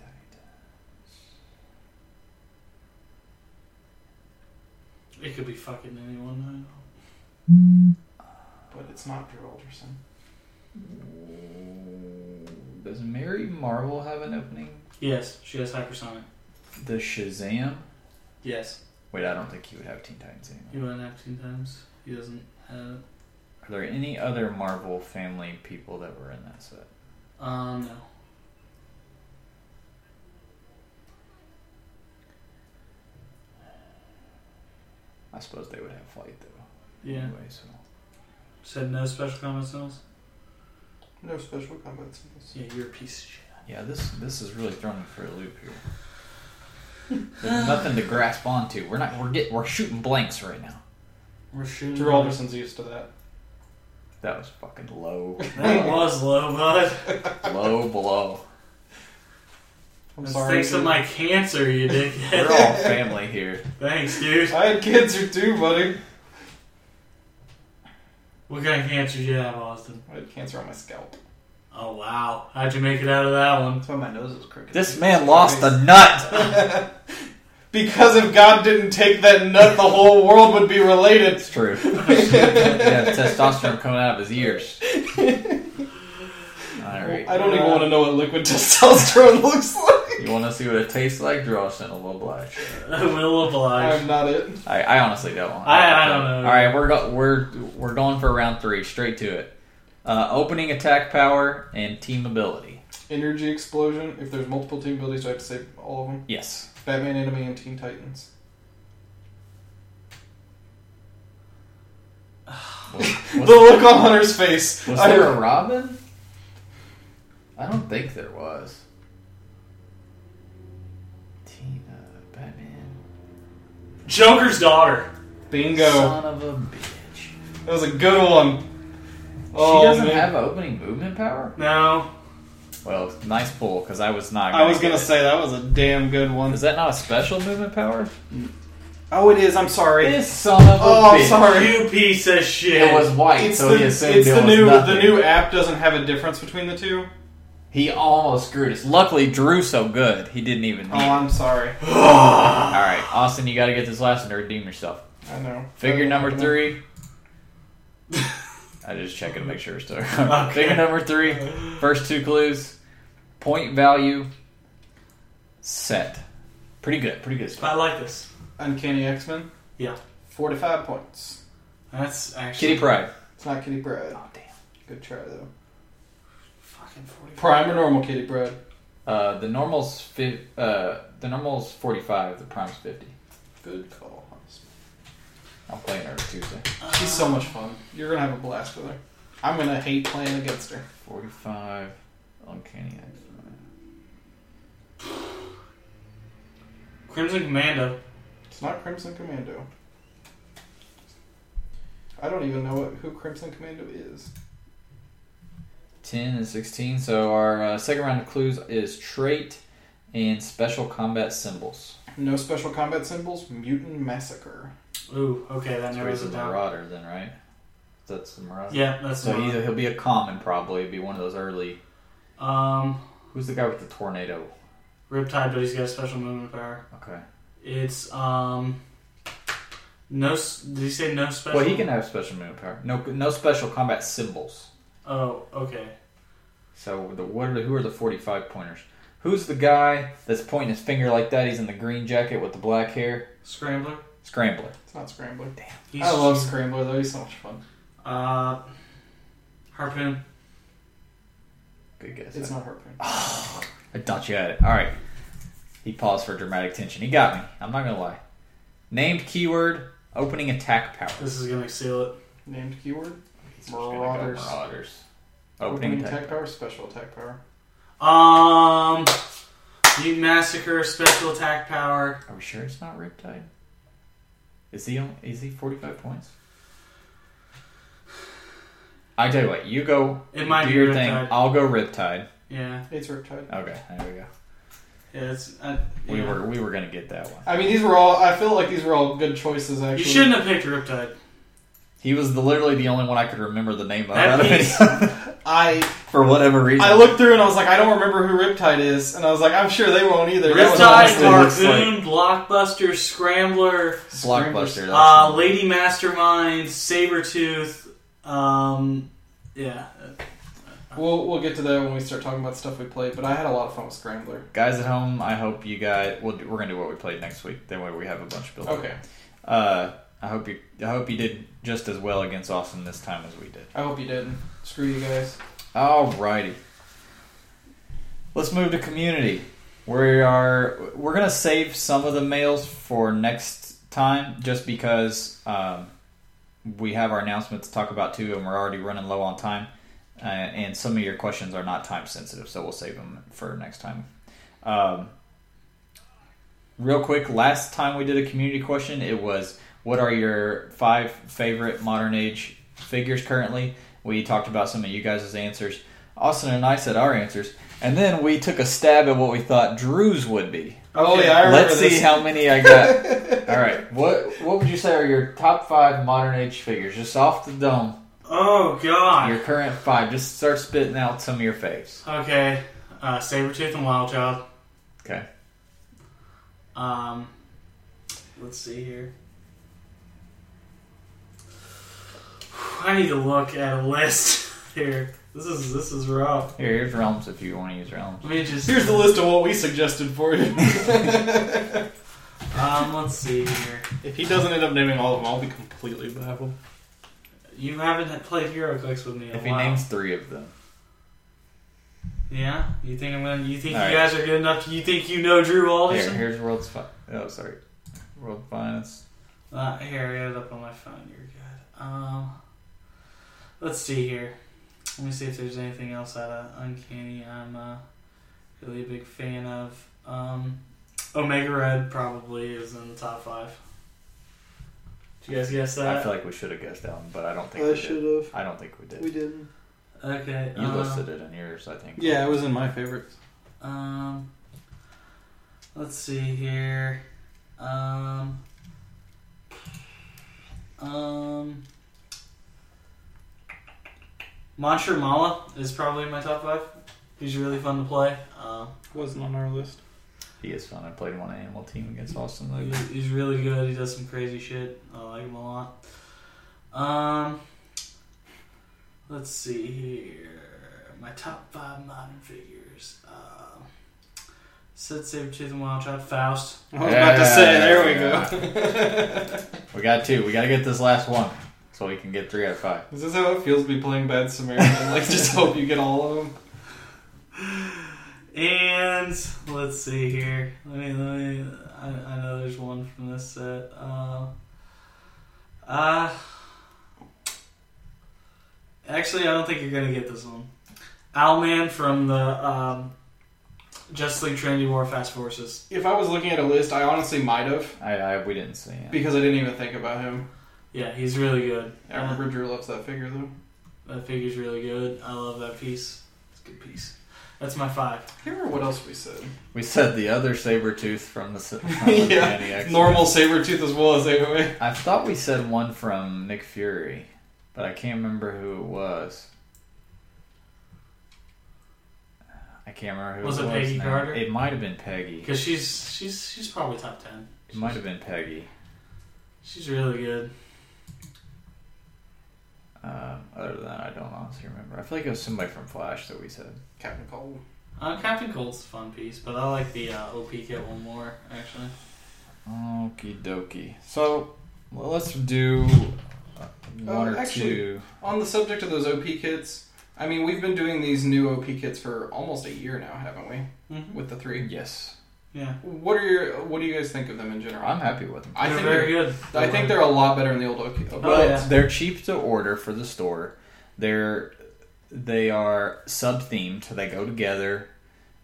D: Titans.
F: it could be fucking anyone. I don't know.
E: But it's not Drew Alderson.
D: Does Mary Marvel have an opening?
F: Yes, she has hypersonic.
D: The Shazam?
F: Yes,
D: Wait, I don't think he would have Teen Titans anymore.
F: he went up ten times. He doesn't have.
D: Are there any other Marvel family people that were in that set?
F: Um, no.
D: I suppose they would have flight though.
F: Yeah,
D: Anyway, so
F: said no special comments on us.
E: No special combat symbols.
F: Yeah, you're a piece of shit.
D: yeah, this this is really throwing me for a loop here. There's nothing to grasp onto. We're not we're get, we're shooting blanks right now.
F: We're shooting.
E: Drew Alderson's used to that.
D: That was fucking low,
F: That was low, bud.
D: low blow.
E: I'm sorry.
F: Thanks to
E: dude.
F: my cancer, you
D: We're
F: dickhead.
D: all family here.
F: Thanks, dude.
E: I had cancer too, buddy.
F: What kind of cancer do you have, Austin?
E: I had cancer on my scalp.
F: Oh wow, how'd you make it out of that one?
E: That's why my nose is crooked.
D: This man lost a nut.
E: because if God didn't take that nut, the whole world would be related.
D: It's true. yeah, testosterone coming out of his ears. All right.
E: I don't even want to know what liquid testosterone looks like.
D: You want to see what it tastes like? Draw us in a little blush.
F: Will oblige.
E: I'm
D: Um,
E: not it.
D: I, I honestly don't. Want
F: I- I don't know.
D: All right, we're go- we're we're going for round three, straight to it. Uh, opening attack power and team ability.
E: Energy explosion. If there's multiple team abilities, do I have to save all of them?
D: Yes.
E: Batman, Enemy, and Teen Titans.
D: Was,
E: The look on Hunter's face.
D: was
E: I-
D: there a Robin? I don't think there was. Tina, Batman,
F: Joker's daughter.
E: Bingo.
D: son of a bitch.
E: That was a good one.
D: she doesn't
E: Oh, man.
D: have opening movement power.
F: No.
D: Well, nice pull because I was not.
E: I was gonna
D: get
E: say that was a damn good
D: it.
E: one.
D: Is that not a special movement power?
E: Oh, it is. I'm sorry.
D: This son of a
E: Oh, I'm
D: bitch.
E: sorry.
F: You piece of shit.
D: It was white,
E: It's
D: so
E: the,
D: he
E: it's
D: assumed it
E: the
D: was
E: new
D: nothing.
E: the new app doesn't have a difference between the two.
D: He almost screwed us. Luckily, Drew so good he didn't even. Need
E: Oh, I'm sorry. Oh.
D: All right, Austin, you got to get this last one to redeem yourself.
E: I know.
D: Figure number three. I just checking to make sure it's still.
F: Okay.
D: Figure number three. First two clues. Point value. Set. Pretty good. Pretty good stuff.
F: I like this.
E: Uncanny X Men.
F: Yeah.
E: Forty-five points.
F: That's
E: Uh,
F: actually
D: Kitty Pride.
E: It's not Kitty Bread.
D: Oh damn.
E: Good try though.
F: Fucking 45.
E: Prime or normal Kitty Bread?
D: Uh, the normal's fi- uh, the normal's forty five. The prime's fifty.
E: Good call.
D: I'm playing her Tuesday.
E: She's so much fun. You're gonna have a blast with her. I'm gonna hate playing against her.
D: Forty five. Uncanny X-Men.
F: Crimson Commando.
E: It's not Crimson Commando. I don't even know what, who Crimson Commando is.
D: 10 and 16. So our uh, second round of clues is trait and special combat symbols.
E: No special combat symbols. Mutant Massacre.
F: Ooh, okay, that narrows
D: he's a
F: it down.
D: marauder then, right? That's the marauder.
F: Yeah, that's
D: So
F: the
D: either he'll be a common probably, be one of those early.
F: Um,
D: Who's the guy with the tornado?
F: Riptide, but he's got a special movement power.
D: Okay.
F: It's, um, no, s- did he say no special?
D: Well, he can have special movement power. No, no special combat symbols.
F: Oh, okay.
D: So the what are the, who are the forty five pointers? Who's the guy that's pointing his finger like that? He's in the green jacket with the black hair.
F: Scrambler.
D: Scrambler.
E: It's not Scrambler.
F: He's,
E: I love Scrambler though. He's so much fun.
F: Uh, Harpoon.
D: Good guess.
E: It's not Harpoon.
D: I thought you had it. All right. He paused for dramatic tension. He got me. I'm not gonna lie. Named keyword opening attack power.
F: This is gonna seal it.
E: Named keyword.
D: He's just gonna go
E: Marauders.
D: Marauders. Opening, attack.
E: power. Special attack power.
F: Um, Mutant Massacre, Special Attack Power.
D: Are we sure it's not Riptide? Is he on, is he 45 points? I tell you what, you go
F: It might
D: do
F: be
D: your
F: Riptide.
D: thing. I'll go Riptide.
F: Yeah,
E: It's Riptide.
D: Okay, there we go.
F: yeah, it's. Uh,
D: We
F: yeah.
D: were we were gonna get that one.
E: I mean, these were all. I feel like these were all good choices. Actually,
F: You shouldn't have picked Riptide.
D: He was the, literally the only one I could remember the name of
F: That
D: out of
F: piece-
D: any-
E: I
D: for whatever reason.
E: I looked through and I was like, I don't remember who Riptide is, and I was like, I'm sure they won't either. That was
F: Riptide,
D: looks
E: honestly-
F: Harpoon, Blockbuster, Scrambler,
D: Blockbuster. that's-
F: uh, Lady Mastermind, Sabretooth. Um, yeah.
E: We'll we'll get to that when we start talking about stuff we played. But I had a lot of fun with Scrambler.
D: guys at home, I hope you guys. We'll, do- we're gonna do what we played next week. That way we have a bunch of build.
E: Okay,
D: Uh, I hope you. I hope you did just as well against Austin this time as we did.
E: I hope you didn't. Screw you guys.
D: Alrighty. Let's move to community. We are we're gonna save some of the mails for next time, just because um, we have our announcement to talk about too, and we're already running low on time. Uh, and some of your questions are not time sensitive, so we'll save them for next time. Um, real quick, last time we did a community question, it was what are your five favorite modern age figures currently? We talked about some of you guys' answers. Austin and I said our answers, and then we took a stab at what we thought Drew's would be.
E: Oh yeah, I remember
D: Let's
E: this.
D: see how many I got. All right, what what would you say are your top five modern age figures, just off the dome?
F: Oh God.
D: Your current five. Just start spitting out some of your faves.
F: Okay. Uh, Sabretooth and Wild Child.
D: Okay.
F: Um, Let's see here. I need to look at a list here. This is this is rough.
D: Here, here's realms if you want to use realms.
F: Let me just
E: Here's the list of what we suggested for you.
F: Um, let's see here.
E: if he doesn't end up naming all of them, I'll be completely baffled.
F: You haven't played HeroClix with me in a
D: If he
F: while.
D: names three of them,
F: yeah, you think I'm gonna? You think
D: All
F: you
D: right.
F: guys are good enough? You think you know Drew
D: here,
F: Alderson?
D: here's world's fi- oh sorry, world finance.
F: Uh, here, I got it up on my phone. You're good. Um, let's see here. Let me see if there's anything else out of Uncanny I'm uh, really a big fan of. Um, Omega Red probably is in the top five. Did you guys guess
D: I
F: that?
D: feel like we should have guessed that one, but I don't think
G: I
D: we did.
G: should have.
D: I don't think we did.
G: We didn't.
F: okay.
D: You
F: uh,
D: listed it in yours, I think.
E: Yeah, it was in my favorites.
F: Um, let's see here. Um, um, Monster Mala is probably in my top five. He's really fun to play. Um,
E: Wasn't on our list.
D: He is fun. I played one animal team against Austin Luke.
F: he's, he's really good. He does some crazy shit. I like him a lot. Um, let's see here. My top five modern figures. Um, Sid Sabretooth and Wild Child. Faust.
E: I was about to say, there we
D: Yeah.
E: go.
D: We got two. We got to get this last one so we can get three out of five.
E: Is this how it feels to be playing Bad Samaritan? Like, just hope you get all of them.
F: And let's see here. Let me. Let me I, I know there's one from this set. Um. Uh, actually, I don't think you're gonna get this one. Owlman from the um, Justice League Trinity War Fast Forces.
E: If I was looking at a list, I honestly might have
D: I, I we didn't see him.
E: because I didn't even think about him.
F: Yeah, he's really good.
E: I remember Drew loves that figure though.
F: That figure's really good. I love that piece. It's a good piece. That's my five.
E: I can't remember what else we said.
D: We said the other saber tooth from the from Uncanny
E: yeah,
D: X-Men.
E: normal saber tooth as well as AOA.
D: I thought we said one from Nick Fury, but I can't remember who it was. I can't remember who
F: Was
D: it,
F: it
D: was.
F: Peggy
D: now.
F: Carter?
D: It might have been Peggy.
F: Because she's she's she's probably top ten.
D: It might have been Peggy.
F: She's really good.
D: Um, other than that, I don't honestly remember. I feel like it was somebody from Flash that we said.
E: Captain Cold.
F: Uh, Captain Cold's a fun piece, but I like the uh, OP kit one more actually.
D: Okie dokie. So well, let's do uh, one
E: Uh,
D: or
E: actually-
D: two.
E: On the subject of those OP kits, I mean, we've been doing these new OP kits for almost a year now, haven't we?
F: Mm-hmm.
E: With the three.
D: Yes,
F: Yeah,
E: What are your What do you guys think of them in general?
D: I'm happy with them.
E: I
F: they're
E: think
F: very good.
E: they're, I think they're a lot better than the old OP.
F: Oh,
D: Well,
F: yeah.
D: they're cheap to order for the store. They're they are sub themed. They go together,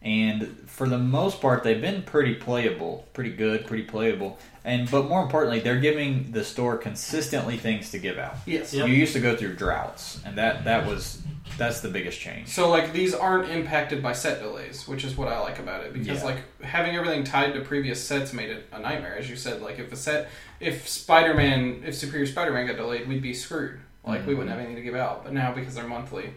D: and for the most part, they've been pretty playable, pretty good, pretty playable. And but more importantly, they're giving the store consistently things to give out.
E: Yes.
F: Yep.
D: You used to go through droughts, and that that was that's the biggest change.
E: So like these aren't impacted by set delays, which is what I like about it because
D: Yeah.
E: like having everything tied to previous sets made it a nightmare. As you said, like if a set, if Spider Man, if Superior Spider Man got delayed, we'd be screwed. Like we
F: Mm-hmm.
E: wouldn't have anything to give out. But now because they're monthly,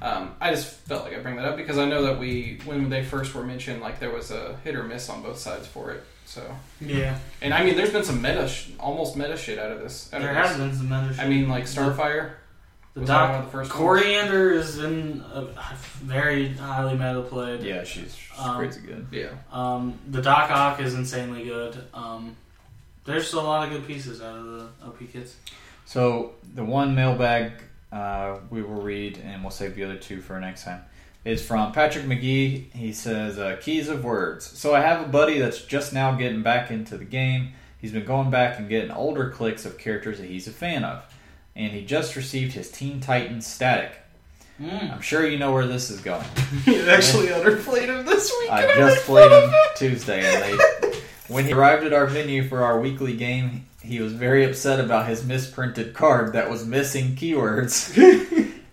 E: um, I just felt like I bring that up because I know that we when they first were mentioned, like there was a hit or miss on both sides for it. So
F: yeah.
E: and I mean, there's been some meta, sh- almost meta shit out of this. Out of
F: There
E: this.
F: has been some other. Shit.
E: I mean, like Starfire.
F: the
E: was
F: doc
E: one of the first ones.
F: coriander is in a very highly meta played.
D: Yeah, she's, she's
F: Um,
D: crazy good.
E: Yeah.
F: Um, the Doc Ock is insanely good. Um, there's a lot of good pieces out of the OP kits.
D: So the one mailbag uh, we will read, and we'll save the other two for next time, is from Patrick McGee. He says, uh, "Keys of words." So I have a buddy that's just now getting back into the game. He's been going back and getting older clicks of characters that he's a fan of, and he just received his Teen Titans static.
F: Mm.
D: I'm sure you know where this is going.
E: it actually underplayed him this week.
D: I just played him Tuesday, and they, when he arrived at our venue for our weekly game, he was very upset about his misprinted card that was missing keywords.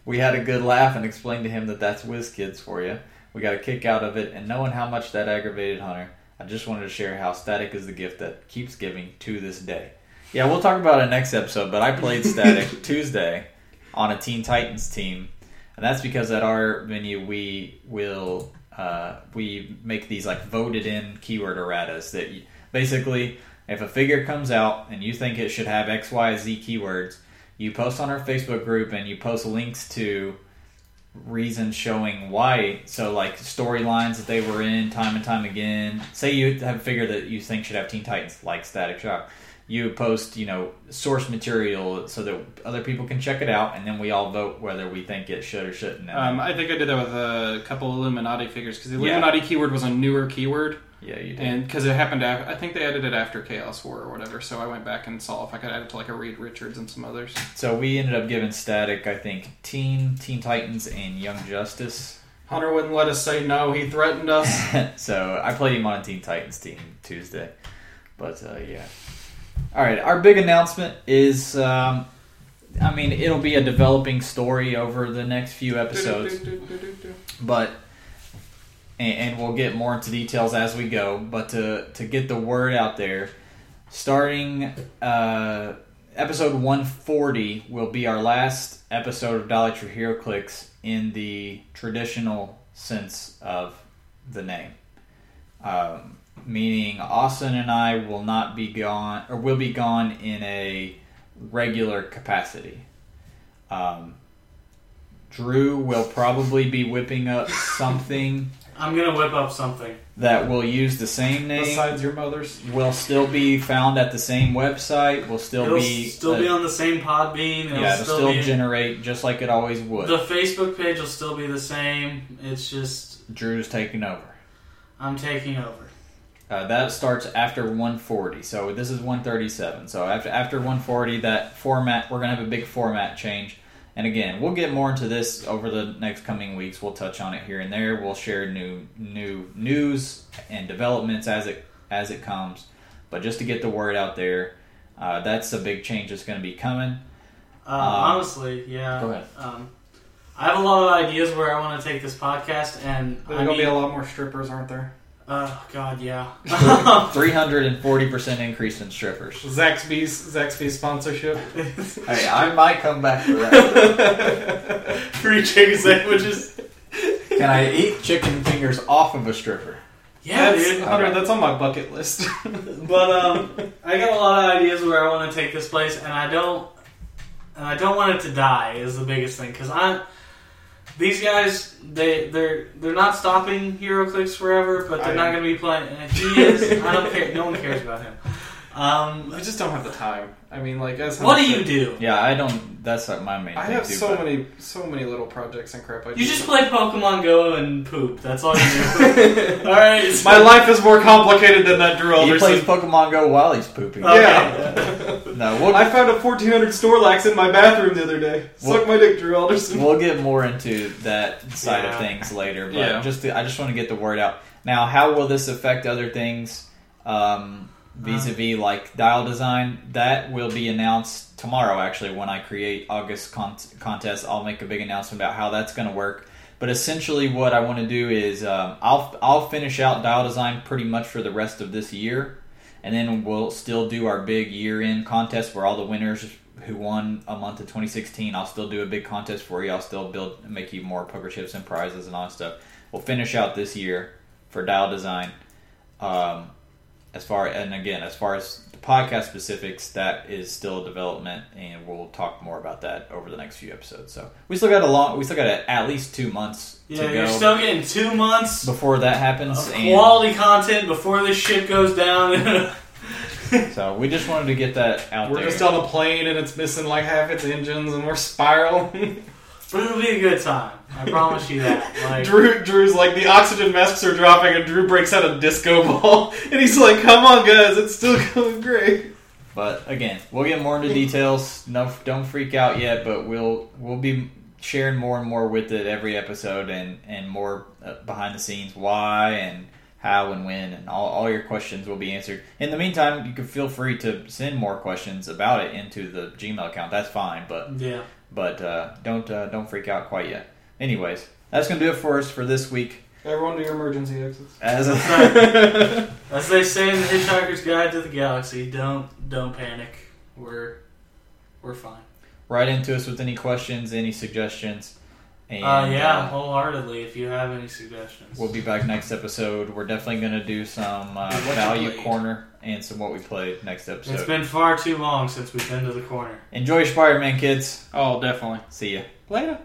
D: we had a good laugh and explained to him that that's WizKids for you. We got a kick out of it, and knowing how much that aggravated Hunter, I just wanted to share how Static is the gift that keeps giving to this day. Yeah, we'll talk about it next episode, but I played Static Tuesday on a Teen Titans team, and that's because at our venue we will uh, we make these like voted in keyword erratas that you, basically If a figure comes out and you think it should have X, Y, Z keywords, you post on our Facebook group and you post links to reasons showing why. So, like storylines that they were in time and time again. Say you have a figure that you think should have Teen Titans, like Static Shock. You post, you know, source material so that other people can check it out, and then we all vote whether we think it should or shouldn't.
E: Um, I think I did that with a couple Illuminati figures because the Illuminati keyword was a newer keyword,
D: yeah, you did.
E: and because it happened, af I think they added it after Chaos War or whatever. So I went back and saw if I could add it to like a Reed Richards and some others.
D: So we ended up giving Static, I think, Teen, Teen Titans, and Young Justice.
E: Hunter wouldn't let us say no. He threatened us.
D: so I played him on a Teen Titans team Tuesday. But uh, yeah. All right, our big announcement is um, I mean, it'll be a developing story over the next few episodes but and, and we'll get more into details as we go. But to to get the word out there, starting uh, episode 140 will be our last episode of Dolly Tree Hero Clicks in the traditional sense of the name, um, meaning Austin and I will not be gone or will be gone in a regular capacity. Um, Drew will probably be whipping up something
F: I'm gonna whip up something.
D: that will use the same name.
E: Besides your mother's,
D: will still be found at the same website. Will still
F: It'll
D: be
F: still
D: uh,
F: be on the same Podbean. It'll
D: yeah, it'll
F: still,
D: still
F: be
D: generate just like it always would.
F: the Facebook page will still be the same. It's just
D: Drew's taking over.
F: I'm taking over.
D: Uh, that starts after 140. So this is 137. So after after 140, that format we're gonna have a big format change. And again, we'll get more into this over the next coming weeks. We'll touch on it here and there. We'll share new new news and developments as it as it comes. But just to get the word out there, uh, that's a big change that's going to be coming.
F: Um, honestly, yeah.
D: Uh, Go ahead.
F: Um, I have a lot of ideas where I want to take this podcast, and
E: there's
F: I
E: gonna
F: mean,
E: be a lot more strippers, aren't there?
F: oh god, yeah.
D: 340% increase in strippers.
E: Zaxby's Zaxby's sponsorship.
D: Hey, I might come back for that.
F: Free chicken sandwiches.
D: Can I eat chicken fingers off of a stripper?
F: Yeah,
E: that's,
F: dude.
E: Hunter,
D: Okay.
E: that's on my bucket list.
F: But um, I got a lot of ideas where I want to take this place, and I don't, and I don't want it to die is the biggest thing because I, these guys, they they're they're not stopping HeroClix forever, but they're
E: I
F: not
E: am.
F: going to be playing. And he is. I don't care. No one cares about him. Um,
E: I just don't have the time. I mean, like as
F: what
E: Hunter
F: do
E: said,
F: you do?
D: Yeah, I don't. That's not my main
E: I
D: thing.
E: have
D: too,
E: so
D: but-
E: many, so many little projects and crap. I
F: You
E: do.
F: just play Pokemon Go and poop. That's all you do. all right. so-
E: My life is more complicated than that drill.
D: He
E: There's
D: plays
E: a-
D: Pokemon Go while he's pooping.
F: Okay.
E: yeah.
D: No, we'll,
E: I found a 1400 Snorlax in my bathroom the other day. Suck my dick, Drew Alderson.
D: we'll get more into that side
F: Yeah.
D: of things later. But
E: Yeah.
D: just to, I just want to get the word out. Now, how will this affect other things um, vis-a-vis like dial design? That will be announced tomorrow. Actually, when I create August con- contest, I'll make a big announcement about how that's going to work. But essentially, what I want to do is um, I'll I'll finish out dial design pretty much for the rest of this year, and then we'll still do our big year-end contest where all the winners who won a month of 2016. I'll still do a big contest for you. I'll still build make you more poker chips and prizes and all that stuff. We'll finish out this year for dial design. Um, as far and again as far as the podcast specifics that is still development and we'll talk more about that over the next few episodes so we still got a long we still got a, at least two months
F: yeah,
D: to
F: you're
D: go
F: still getting two months
D: before that happens
F: of
D: and
F: quality content before this shit goes down.
D: so we just wanted to get that out
E: We're
D: there
E: just on a plane and it's missing like half its engines and we're spiraling.
F: But it'll be a good time. I promise you that. Like,
E: Drew, Drew's like the oxygen masks are dropping and Drew breaks out a disco ball and he's like, "Come on, guys, it's still going great."
D: but again we'll get more into details no don't freak out yet but we'll we'll be sharing more and more with it every episode and and more uh, behind the scenes why and how and when and all, all your questions will be answered in the meantime you can feel free to send more questions about it into the gmail account that's fine but
F: yeah.
D: but uh, don't uh, don't freak out quite yet anyways that's gonna do it for us for this week
E: Everyone to your emergency exits.
D: as a
F: As they say in the Hitchhiker's Guide to the Galaxy, don't don't panic. We're we're fine.
D: write into us with any questions, any suggestions, And,
F: Uh, yeah,
D: uh,
F: wholeheartedly. If you have any suggestions,
D: we'll be back next episode. We're definitely going to do some uh,
E: What you
D: value
E: played.
D: corner and some what we played next episode.
F: it's been far too long since we've been to the corner.
D: Enjoy your Spider Man, kids.
G: Oh, definitely.
D: See ya. Later.